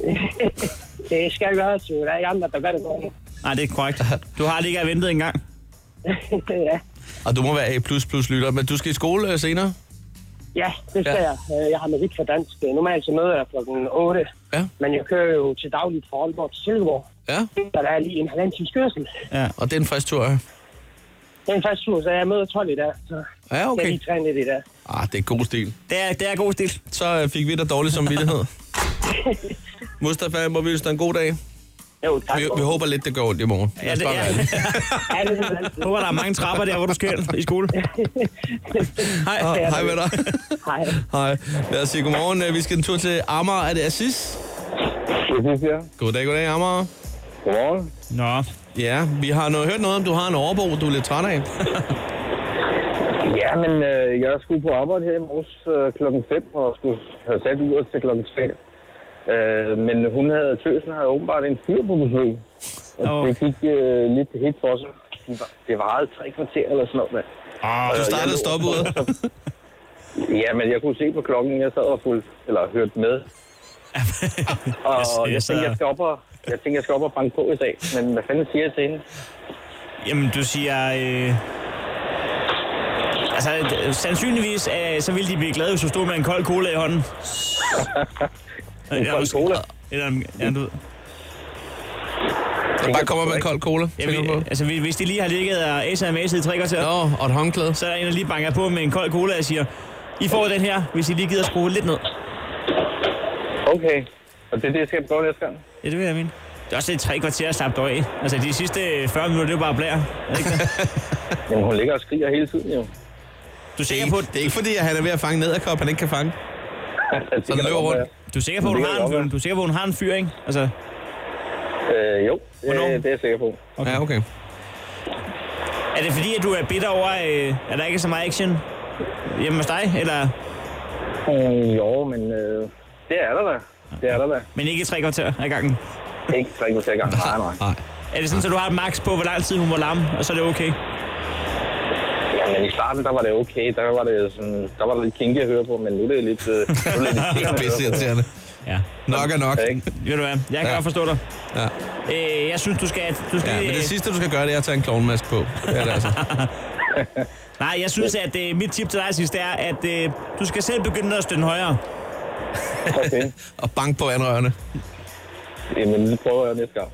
[SPEAKER 11] Det skal gøres jo. Der er ikke andre, der gør det for mig.
[SPEAKER 3] Nej, det er korrekt. Du har lige ikke ventet en gang.
[SPEAKER 11] ja.
[SPEAKER 2] Og du må være A++ lytter, men du skal i skole øh, senere?
[SPEAKER 11] ja, det skal
[SPEAKER 2] Ja.
[SPEAKER 11] ja. jeg. Øh, Jeg har merit for dansk. Øh, Normalt så møder jeg klokken 8.
[SPEAKER 2] Ja.
[SPEAKER 11] Men jeg kører jo til dagligt fra Aalborg til Silkeborg.
[SPEAKER 2] Ja,
[SPEAKER 11] Så der er lige en halvanden times kørsel.
[SPEAKER 3] Ja.
[SPEAKER 2] og det er en frisk tur, ja.
[SPEAKER 11] Det er en fast tur, så jeg møder 12 i dag. Så
[SPEAKER 2] Ja,
[SPEAKER 11] jeg
[SPEAKER 2] okay.
[SPEAKER 11] lige træne lidt i dag.
[SPEAKER 2] Ah, det er god stil.
[SPEAKER 3] Det er, det er god stil.
[SPEAKER 2] Så øh, fik vi da dårlig samvittighed. Mustafa, må vi ønske dig en god dag.
[SPEAKER 11] Jo, tak.
[SPEAKER 2] Vi,
[SPEAKER 11] for-
[SPEAKER 2] vi håber lidt, det går ondt i morgen. Lad
[SPEAKER 3] Ja,
[SPEAKER 2] os
[SPEAKER 3] det,
[SPEAKER 2] bare
[SPEAKER 3] ja.
[SPEAKER 2] være ærlige.
[SPEAKER 11] Ja, det er altid.
[SPEAKER 3] Jeg håber, der er mange trapper der, hvor du skal hen i skole. Hej.
[SPEAKER 2] Ah, Hej med dig.
[SPEAKER 11] Hej.
[SPEAKER 2] Hej. Lad os sige godmorgen. Øh, Vi skal en tur til Amager. Er det Assis?
[SPEAKER 11] Det synes jeg.
[SPEAKER 2] Goddag, goddag, Amager.
[SPEAKER 11] Godmorgen.
[SPEAKER 3] Nå,
[SPEAKER 2] Ja, vi har noget, hørt noget om, du har en overbo, du er lidt træt af.
[SPEAKER 11] Ja, men øh, jeg skulle på arbejde her i morges øh, klokken 5 og skulle have sat ud til klokken 3. Øh, men hun havde, tøsen havde åbenbart en fyr på besøg. Og
[SPEAKER 3] Nå.
[SPEAKER 11] det gik øh, lidt helt for sig. Det var- Det varede tre kvarter eller sådan noget. mand.
[SPEAKER 2] Du
[SPEAKER 11] jeg
[SPEAKER 2] startede
[SPEAKER 11] lå-
[SPEAKER 2] stopuret.
[SPEAKER 11] Ja, men jeg kunne se på klokken, jeg sad og fulgte, eller hørte med. og
[SPEAKER 3] Jeg
[SPEAKER 11] jeg tænkte,
[SPEAKER 3] sidder-
[SPEAKER 11] jeg skal op og, jeg tænkte, jeg skal op og banke på i dag. Men hvad fanden siger jeg til hende?
[SPEAKER 3] Jamen, du siger... Øh... Altså, d- sandsynligvis, øh, så ville de blive glade, hvis du stod med en kold cola i hånden. en
[SPEAKER 11] kold cola?
[SPEAKER 3] Eller en, ja, du,
[SPEAKER 2] Der bare kommer med en kold cola.
[SPEAKER 3] ja, vi,
[SPEAKER 2] tænker du på.
[SPEAKER 3] altså, vi- hvis de lige har ligget og asset og i tre kvarter,
[SPEAKER 2] Nå, og et håndklæde.
[SPEAKER 3] så er der en, der lige banker på med en kold cola og siger, I får den her, hvis I lige gider skrue lidt ned.
[SPEAKER 11] Okay. Og det er det, jeg skal prøve næste gang.
[SPEAKER 3] Ja, det vil jeg mene. Det er også et tre kvarter at slappe dig af. Altså, de sidste øh, 40 minutter, det er jo bare blære. Er det ikke det?
[SPEAKER 11] Jamen, hun ligger og skriger hele tiden, jo.
[SPEAKER 3] Du er
[SPEAKER 2] Det er,
[SPEAKER 3] sikker på,
[SPEAKER 2] ikke, det er ikke fordi, at han er ved at fange nederkop, han ikke kan fange.
[SPEAKER 12] Altså,
[SPEAKER 11] Så
[SPEAKER 2] den løber rundt?
[SPEAKER 3] du er sikker på, at hun
[SPEAKER 11] Det kan
[SPEAKER 3] har
[SPEAKER 11] godt
[SPEAKER 3] en,
[SPEAKER 11] være.
[SPEAKER 3] du er sikker på, at hun har en fyr, ikke? Altså,
[SPEAKER 11] Øh, jo, det,
[SPEAKER 3] Hvornår?
[SPEAKER 11] det er jeg sikker på.
[SPEAKER 2] Okay. Ja, okay.
[SPEAKER 3] Er det fordi, at du er bitter over, øh, at der ikke er så meget action hjemme hos dig? Eller?
[SPEAKER 12] Mm, jo, men øh, det er der da. Det er der da.
[SPEAKER 3] Men ikke i tre kvarter ad gangen?
[SPEAKER 12] Ikke tre kvarter ad gangen, nej, nej.
[SPEAKER 3] Er det sådan, at du har et max på, hvor lang tid hun må lamme, og så er det okay?
[SPEAKER 12] Jamen i starten, der var det okay. Der var det, sådan, der var det lidt kinky at høre på, men nu er det lidt... Øh, nu er det lidt
[SPEAKER 2] Det er pisse irriterende.
[SPEAKER 3] Ja.
[SPEAKER 2] Nok er nok.
[SPEAKER 3] Ved du hvad, jeg kan
[SPEAKER 2] Ja.
[SPEAKER 3] godt forstå dig.
[SPEAKER 2] Ja.
[SPEAKER 3] Øh, jeg synes, du skal... Du skal
[SPEAKER 2] Ja, men
[SPEAKER 3] øh,
[SPEAKER 2] det sidste, du skal gøre, det er at tage en klovnmask på. Det er det altså.
[SPEAKER 3] Nej, jeg synes, at øh, mit tip til dig sidst er, at øh, du skal selv begynde at stønne højere.
[SPEAKER 12] Okay.
[SPEAKER 2] og bank på vandrørene.
[SPEAKER 12] Jamen, det prøver jeg næste gang.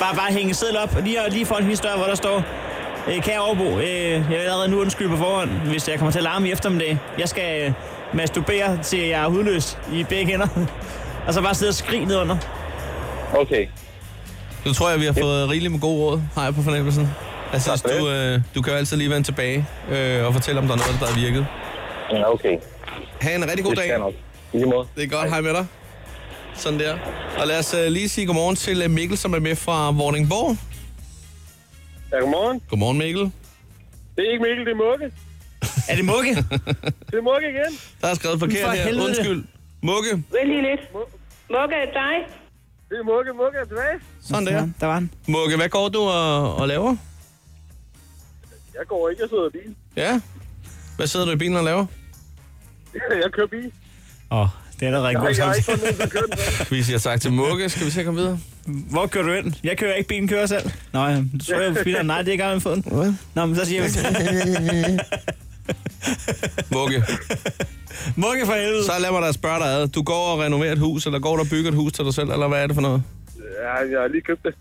[SPEAKER 3] Bare, bare hænge seddel op, lige, og lige foran hendes dør, hvor der står, øh, kære Aarbo, øh, jeg vil allerede nu undskylde på forhånd, hvis jeg kommer til at larme i eftermiddag. Jeg skal øh, masturbere, til jeg er hudløs i begge hænder. og så bare sidde og skrige ned under.
[SPEAKER 12] Okay.
[SPEAKER 2] Nu tror jeg, vi har fået rigeligt med gode råd, har jeg på fornemmelsen. Altså, hvis du, øh, du kan jo altid lige vende tilbage øh, og fortælle, om der er noget, der har
[SPEAKER 12] Ja,
[SPEAKER 2] virket.
[SPEAKER 12] Mm, okay.
[SPEAKER 2] Ha' en rigtig god
[SPEAKER 12] Det
[SPEAKER 2] dag.
[SPEAKER 12] skal jeg nok. I lige måde.
[SPEAKER 2] Det er godt. Hej med dig. Sådan der. Og lad os øh, lige sige godmorgen til øh, Mikkel, som er med fra Vordingborg.
[SPEAKER 11] Ja, godmorgen.
[SPEAKER 2] Godmorgen, Mikkel.
[SPEAKER 11] Det er ikke Mikkel, det er Mugge.
[SPEAKER 3] Er det Mugge?
[SPEAKER 11] Det er Mugge igen.
[SPEAKER 2] Der er skrevet
[SPEAKER 11] For
[SPEAKER 2] forkert her.
[SPEAKER 11] helvede.
[SPEAKER 2] Undskyld. Mugge.
[SPEAKER 11] Vent lige lidt. Mugge er dig. Det er Mugge. Mugge er tilbage.
[SPEAKER 2] Sådan der.
[SPEAKER 3] Der var den.
[SPEAKER 2] Mugge, hvad går du og, og laver?
[SPEAKER 11] Jeg går ikke, jeg sidder i bil.
[SPEAKER 2] Ja. Hvad sidder du i bilen og laver?
[SPEAKER 11] jeg kører bil.
[SPEAKER 3] Åh, oh, det er da rigtig
[SPEAKER 11] Nej,
[SPEAKER 3] godt
[SPEAKER 11] jeg er
[SPEAKER 3] sagt.
[SPEAKER 11] ikke sådan nogen, der kører den.
[SPEAKER 2] Vi siger tak til Mugge. Skal vi se at komme videre?
[SPEAKER 3] Hvor kører du ind? Jeg kører ikke, bilen kører selv. Nå, ja, du tror, jeg spiller. Nej, det er ikke engang med foden. Nå, men så siger vi...
[SPEAKER 2] Mugge.
[SPEAKER 3] Mugge for helvede.
[SPEAKER 2] Så lad mig da spørge dig ad. Du går og renoverer et hus, eller går du og bygger et hus til dig selv, eller hvad er det for noget?
[SPEAKER 11] Ja, jeg har lige købt det.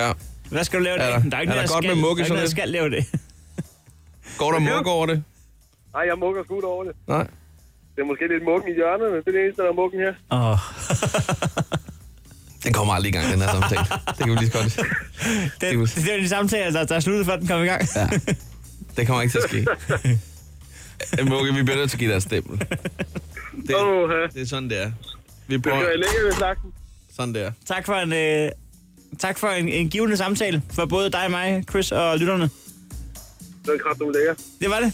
[SPEAKER 2] Ja.
[SPEAKER 3] Hvad skal du lave i
[SPEAKER 2] Er
[SPEAKER 3] dag?
[SPEAKER 2] der-
[SPEAKER 3] Der er ikke
[SPEAKER 2] er
[SPEAKER 3] noget,
[SPEAKER 2] der godt
[SPEAKER 3] jeg
[SPEAKER 2] med
[SPEAKER 3] skal-
[SPEAKER 2] Mugge
[SPEAKER 3] der er ikke
[SPEAKER 2] sådan
[SPEAKER 3] noget, jeg
[SPEAKER 2] lidt?
[SPEAKER 3] skal lave det.
[SPEAKER 2] Går du og mugge over det?
[SPEAKER 11] Nej, jeg mukker sgu over det.
[SPEAKER 2] Nej.
[SPEAKER 11] Det er måske lidt mukken i hjørnet, men det er det eneste, der er mukken her.
[SPEAKER 3] Åh.
[SPEAKER 2] Den kommer aldrig i gang, den her samtale. Det kan vi lige så godt.
[SPEAKER 3] Det, det, er jo de samtaler, der, der er sluttet, før den kom i gang. Ja.
[SPEAKER 2] Det kommer ikke til at ske. Øh, Mugge, vi bliver nødt til at give dig et stempel. Det, det er sådan, det er. Vi
[SPEAKER 11] Det
[SPEAKER 2] prøver
[SPEAKER 11] kører jeg længere ved slagten.
[SPEAKER 2] sådan der.
[SPEAKER 3] Tak for en, øh, tak for en, en givende samtale for både dig, mig, Chris og lytterne.
[SPEAKER 11] Det er kraft, du lækker.
[SPEAKER 3] Det var det.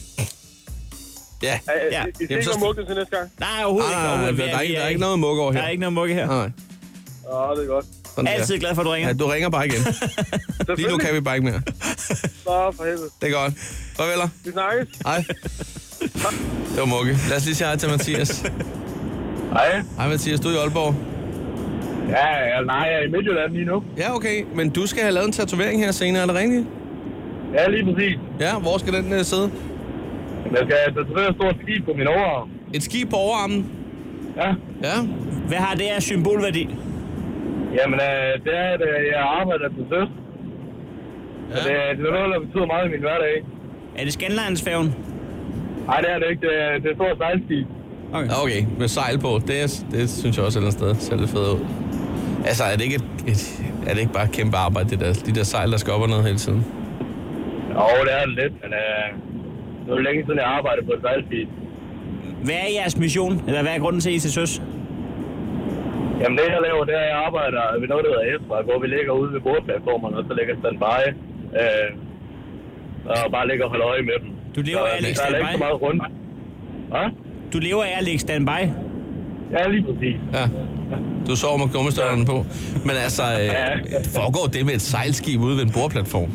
[SPEAKER 2] Ja.
[SPEAKER 3] Ja.
[SPEAKER 11] ja. I, I
[SPEAKER 3] Jamen,
[SPEAKER 11] Jamen,
[SPEAKER 3] så-
[SPEAKER 11] så... mukken til næste gang.
[SPEAKER 3] Nej, overhovedet
[SPEAKER 2] Nej,
[SPEAKER 3] ikke.
[SPEAKER 2] nej,
[SPEAKER 3] Overhovedet.
[SPEAKER 2] der,
[SPEAKER 3] Vi
[SPEAKER 2] er,
[SPEAKER 3] vi
[SPEAKER 2] ikke, der er ikke noget mugge over her.
[SPEAKER 3] Der er ikke noget mukke her.
[SPEAKER 2] Nej.
[SPEAKER 11] Åh, det er godt.
[SPEAKER 2] Sådan der.
[SPEAKER 3] Altid glad for, at du ringer.
[SPEAKER 2] Ja, du ringer bare igen. Lige nu kan vi bare ikke mere.
[SPEAKER 11] Nå, for helvede.
[SPEAKER 2] Det er godt. Farveler.
[SPEAKER 11] Vi snakkes.
[SPEAKER 2] Hej. Det var Mugge. Lad os lige sige hej til Mathias.
[SPEAKER 11] Hej.
[SPEAKER 2] Hej Mathias, du er i Aalborg.
[SPEAKER 11] Ja, ja, nej, jeg er i Midtjylland lige nu.
[SPEAKER 2] Ja, okay. Men du skal have lavet en tatovering her senere, er det rigtigt?
[SPEAKER 11] Ja, lige præcis.
[SPEAKER 2] Ja, hvor skal den uh, sidde?
[SPEAKER 11] Jeg skal tatovere et stort skib på min overarm.
[SPEAKER 2] Et ski på overarmen?
[SPEAKER 11] Ja.
[SPEAKER 2] Ja.
[SPEAKER 3] Hvad har det af symbolværdi?
[SPEAKER 11] Jamen, øh, det er, at øh, jeg arbejder til søs. Ja. Det, det er noget, der betyder meget i min hverdag.
[SPEAKER 3] Er det Scanlines-færgen?
[SPEAKER 11] Nej, det er det ikke. Det er, det er et stort sejlskib.
[SPEAKER 3] Okay.
[SPEAKER 2] Okay, med sejl på. Det, er, det synes jeg også et eller andet sted ser lidt fedt ud. Altså, er det ikke, et, et, er det ikke bare kæmpe arbejde, det der, de der sejl, der skal op og ned hele tiden?
[SPEAKER 11] Jo, det er det lidt, men øh, det er jo længe siden, jeg arbejder på et sejlskib.
[SPEAKER 3] Hvad er jeres mission? Eller hvad er grunden til, at I er til søs?
[SPEAKER 11] Jamen, det jeg laver, det er, at jeg arbejder ved noget, der hedder Esra, hvor vi ligger ude ved bordplatformerne, og så ligger standby. Øh, og bare ligger og holder øje med dem.
[SPEAKER 3] Du lever af at ligge
[SPEAKER 11] Der er ikke så
[SPEAKER 3] standby?
[SPEAKER 11] meget rundt. Hva?
[SPEAKER 3] Du lever af at ligge standby?
[SPEAKER 11] Ja, lige præcis.
[SPEAKER 2] Ja. Du sover med gummistøvlerne på. Men altså, øh, foregår det med et sejlskib ude ved en boreplatform?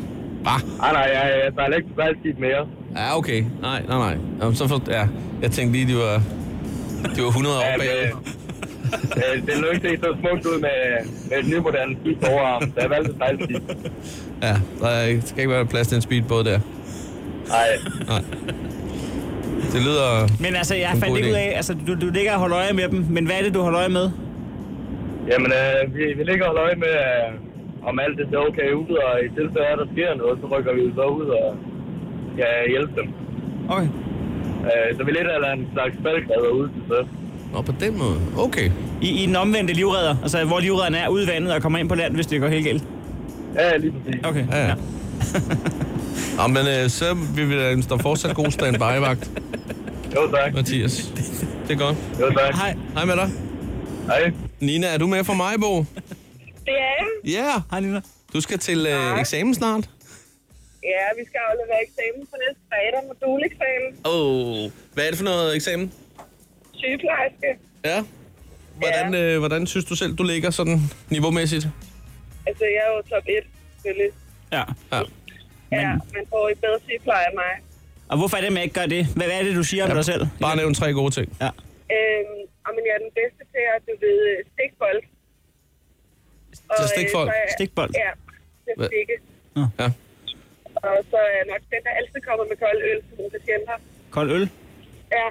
[SPEAKER 2] Bah.
[SPEAKER 11] Nej, Ah, nej, jeg, jeg sejler ikke til sejlskib mere.
[SPEAKER 2] Ja, okay. Nej, nej, nej. Jamen, så for, ja. Jeg tænkte lige, de var, de var 100 år
[SPEAKER 11] Ja,
[SPEAKER 2] bagud.
[SPEAKER 11] Øh, det lød ikke så smukt ud med, med et nymoderne skib på overarmen, så jeg valgte et sejlskib.
[SPEAKER 2] Ja, der er ikke- skal ikke være plads til en speedbåd der.
[SPEAKER 11] Nej.
[SPEAKER 2] Nej. Det lyder...
[SPEAKER 3] Men altså, jeg
[SPEAKER 2] En
[SPEAKER 3] fandt
[SPEAKER 2] god
[SPEAKER 3] ikke ud
[SPEAKER 2] idé.
[SPEAKER 3] af, altså, du, du ligger og holder øje med dem, men hvad er det, du holder øje med?
[SPEAKER 11] Jamen, øh, vi, vi ligger og holder øje med, øh, om alt det ser okay ud, og i tilfælde af, at der sker noget, så rykker vi jo så ud og skal hjælpe dem.
[SPEAKER 3] Okay.
[SPEAKER 11] Øh, så vi er lidt af en slags faldgræder ude til søs.
[SPEAKER 2] Nå, på den måde. Okay.
[SPEAKER 3] I, I den omvendte livredder, altså hvor livredderne er ude i vandet og kommer ind på land, hvis det går helt galt.
[SPEAKER 11] Ja, lige præcis.
[SPEAKER 3] Okay.
[SPEAKER 2] Ja, ja. Nå, men øh, så vil vi da ønske dig fortsat god standby-vagt,
[SPEAKER 11] Jo, tak.
[SPEAKER 2] Mathias. Det er godt.
[SPEAKER 11] Jo, tak.
[SPEAKER 3] Hej.
[SPEAKER 2] Hej med dig.
[SPEAKER 11] Hej.
[SPEAKER 2] Nina, er du med fra Majbo?
[SPEAKER 13] Det er jeg.
[SPEAKER 2] Ja. Yeah.
[SPEAKER 3] Hej, Nina.
[SPEAKER 2] Du skal til øh, eksamen snart.
[SPEAKER 9] Ja, vi skal aflevere eksamen på næste fredag, moduleksamen,
[SPEAKER 2] Åh, oh, hvad er det for noget eksamen?
[SPEAKER 9] sygeplejerske.
[SPEAKER 2] Ja. Hvordan, øh, hvordan synes du selv, du ligger sådan niveaumæssigt?
[SPEAKER 9] Altså, jeg er jo top 1, selvfølgelig.
[SPEAKER 3] Ja.
[SPEAKER 2] ja.
[SPEAKER 9] Ja, man får ikke bedre sygepleje end mig.
[SPEAKER 3] Og hvorfor er det, man ikke gør det? Hvad hvad er det, du siger om dig selv?
[SPEAKER 2] Bare nævn tre gode ting.
[SPEAKER 3] Ja.
[SPEAKER 9] Øhm, og men jeg er den bedste til at, du ved, øh, stikbold. Og, øh,
[SPEAKER 2] stikbold?
[SPEAKER 9] så er-
[SPEAKER 2] Stikbold?
[SPEAKER 9] Ja, til at
[SPEAKER 2] Hvad?
[SPEAKER 9] stikke.
[SPEAKER 2] Ja.
[SPEAKER 9] Og så er jeg nok den, der altid kommer med kold øl til mine patienter.
[SPEAKER 3] Kold øl?
[SPEAKER 9] Ja.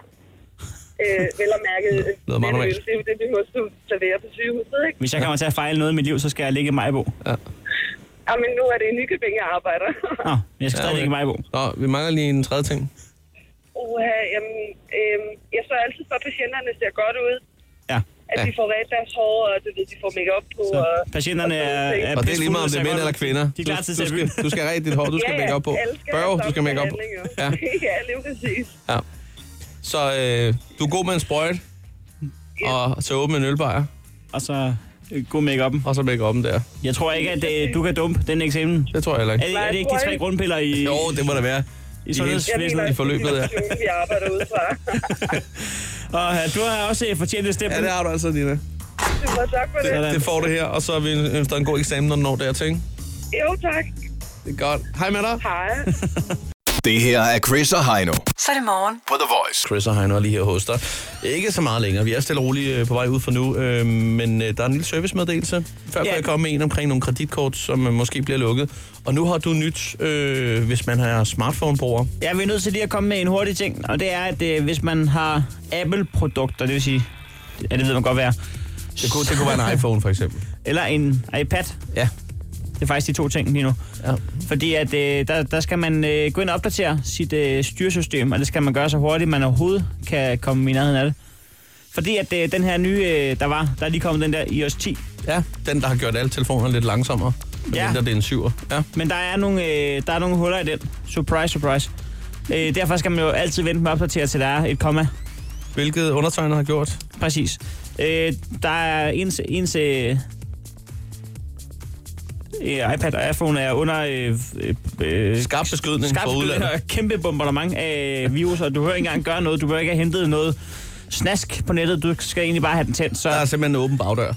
[SPEAKER 9] Øh, vel at mærke, øh,
[SPEAKER 3] lyder meget
[SPEAKER 9] den øl,
[SPEAKER 3] normalt.
[SPEAKER 9] det er jo det, vi måske serverer på sygehuset, ikke?
[SPEAKER 3] Hvis jeg kommer til at fejle noget i mit liv, så skal jeg ligge i Majbo. Ja.
[SPEAKER 9] Ja, Ah, men nu er det i Nykøbing, jeg arbejder.
[SPEAKER 3] Nå, jeg skal ja, stadig ligge i Majbo.
[SPEAKER 2] Nå, vi mangler lige en tredje ting.
[SPEAKER 9] Uha, jamen, øhm, jeg sørger altid for, at patienterne ser godt ud.
[SPEAKER 3] Ja.
[SPEAKER 9] At
[SPEAKER 2] Ja.
[SPEAKER 9] de får ret deres hår, og du ved, de får makeup på.
[SPEAKER 3] Så
[SPEAKER 9] og,
[SPEAKER 3] patienterne er- er
[SPEAKER 2] Og det er lige meget, om det er
[SPEAKER 3] pissefulde,
[SPEAKER 2] mænd
[SPEAKER 3] så
[SPEAKER 2] eller
[SPEAKER 3] godt.
[SPEAKER 2] kvinder.
[SPEAKER 3] De er klar til at
[SPEAKER 2] du, du,
[SPEAKER 3] sætte
[SPEAKER 2] skal, du skal have dit hår, du skal
[SPEAKER 9] ja, ja,
[SPEAKER 2] make op på.
[SPEAKER 9] alle skal
[SPEAKER 2] Børge,
[SPEAKER 9] have
[SPEAKER 2] du skal make op på.
[SPEAKER 9] samme
[SPEAKER 2] Ja.
[SPEAKER 9] behandling, jo. ja, lige præcis.
[SPEAKER 2] ja. Så øh, du er god med en sprøjt, og så åbne en ølbejer.
[SPEAKER 3] Og så øh, god make -upen.
[SPEAKER 2] Og så make -upen der.
[SPEAKER 3] Jeg tror ikke, at øh, du kan dumpe den eksamen.
[SPEAKER 2] Det tror jeg heller ikke.
[SPEAKER 3] Er, det- er det ikke de tre grundpiller i...
[SPEAKER 2] Jo, det må der være.
[SPEAKER 3] I sundhedsvæsenet.
[SPEAKER 2] i forløbet, ja.
[SPEAKER 9] Vi arbejder ud fra.
[SPEAKER 3] Og øh, du har også øh, fortjent et stempel.
[SPEAKER 2] Ja, det har du altså, Nina.
[SPEAKER 9] Super, tak for det.
[SPEAKER 2] Det, det får du her, og så vil vi ønske dig en god eksamen, når du når dertil. ikke?
[SPEAKER 9] Jo, tak.
[SPEAKER 2] Det er godt. Hej med dig.
[SPEAKER 9] Hej.
[SPEAKER 6] Det her er Chris og Heino.
[SPEAKER 7] Så er det morgen.
[SPEAKER 6] På The Voice.
[SPEAKER 2] Chris og Heino er lige her hos dig. Ikke så meget længere. Vi er stille og roligt øh, på vej ud for nu. øh, Men øh, der er en lille servicemeddelelse. Før kunne jeg komme med en omkring nogle kreditkort, som øh, måske bliver lukket. Og nu har du nyt, øh, hvis man har smartphone-bruger.
[SPEAKER 3] Ja, vi er nødt til lige at komme med en hurtig ting, og det er, at øh, hvis man har Apple-produkter, det vil sige, ja, det ved man godt, hvad er.
[SPEAKER 2] Det kunne, det kunne være en iPhone, for eksempel.
[SPEAKER 3] Eller en iPad.
[SPEAKER 2] Ja.
[SPEAKER 3] Det er faktisk de to ting lige nu.
[SPEAKER 2] Ja.
[SPEAKER 3] Fordi at, øh, der, der skal man øh, gå ind og opdatere sit øh, styresystem, og det skal man gøre så hurtigt, man overhovedet kan komme i nærheden af det. Fordi at øh, den her nye, øh, der var, der er lige kommet den der iOS 10.
[SPEAKER 2] Ja, den der har gjort alle telefonerne lidt langsommere. Ja.
[SPEAKER 3] Ja.
[SPEAKER 2] Mindre det er en syver. Ja.
[SPEAKER 3] Men der er nogle, øh, der er nogle huller i den. Surprise, surprise. Øh, derfor skal man jo altid vente med at opdatere, til der er et komma.
[SPEAKER 2] Hvilket undertegnet har gjort?
[SPEAKER 3] Præcis. Øh, der er ens, ens øh, øh, iPad og iPhone er under øh, øh, øh,
[SPEAKER 2] Skarp beskydning
[SPEAKER 3] skarp
[SPEAKER 2] fra
[SPEAKER 3] beskydning
[SPEAKER 2] udlandet.
[SPEAKER 3] og øh, kæmpe bombardement af virus, og du behøver ikke engang gøre noget. Du behøver ikke have hentet noget snask på nettet. Du skal egentlig bare have den tændt. Så
[SPEAKER 2] Der er simpelthen en åben bagdør.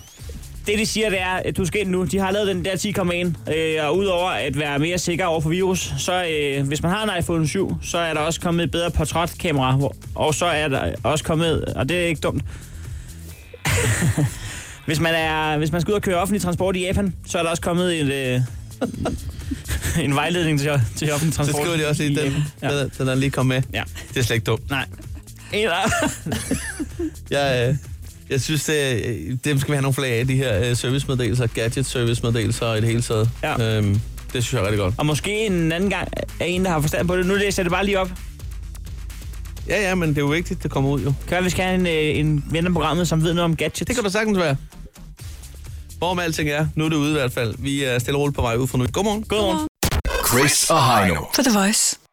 [SPEAKER 3] det, de siger, det er, at du skal ind nu. De har lavet den der 10,1, øh, og udover at være mere sikker over for virus, så øh, hvis man har en iPhone 7, så er der også kommet et bedre portrætkamera, hvor- og så er der også kommet, og det er ikke dumt, hvis man, er, hvis man skal ud og køre offentlig transport i Japan, så er der også kommet en, øh, en vejledning til, til offentlig
[SPEAKER 2] Så
[SPEAKER 3] transport.
[SPEAKER 2] skriver de også lige den, ja. den er lige kommet med.
[SPEAKER 3] Ja.
[SPEAKER 2] Det er slet ikke dumt.
[SPEAKER 3] Nej. Eller,
[SPEAKER 2] Jeg, øh, jeg synes, det, øh, dem skal vi have nogle flere af, de her øh, servicemeddelelser, gadget-servicemeddelelser og i det hele taget.
[SPEAKER 3] Ja.
[SPEAKER 2] Øhm, det synes jeg er rigtig godt.
[SPEAKER 3] og måske en anden gang er en, der har forstand på det. Nu læser jeg det bare lige op.
[SPEAKER 2] Ja, ja, men det er jo vigtigt, det kommer ud jo.
[SPEAKER 3] Kan være, vi skal have en, øh, en ven af programmet, som ved noget om gadgets.
[SPEAKER 2] Det kan du sagtens være. Hvorom alting er, nu er øh, det ude i hvert fald. Vi er stille og roligt på vej ud fra nu. Godmorgen.
[SPEAKER 3] Godmorgen.
[SPEAKER 6] Chris og Heino.
[SPEAKER 4] På The Voice.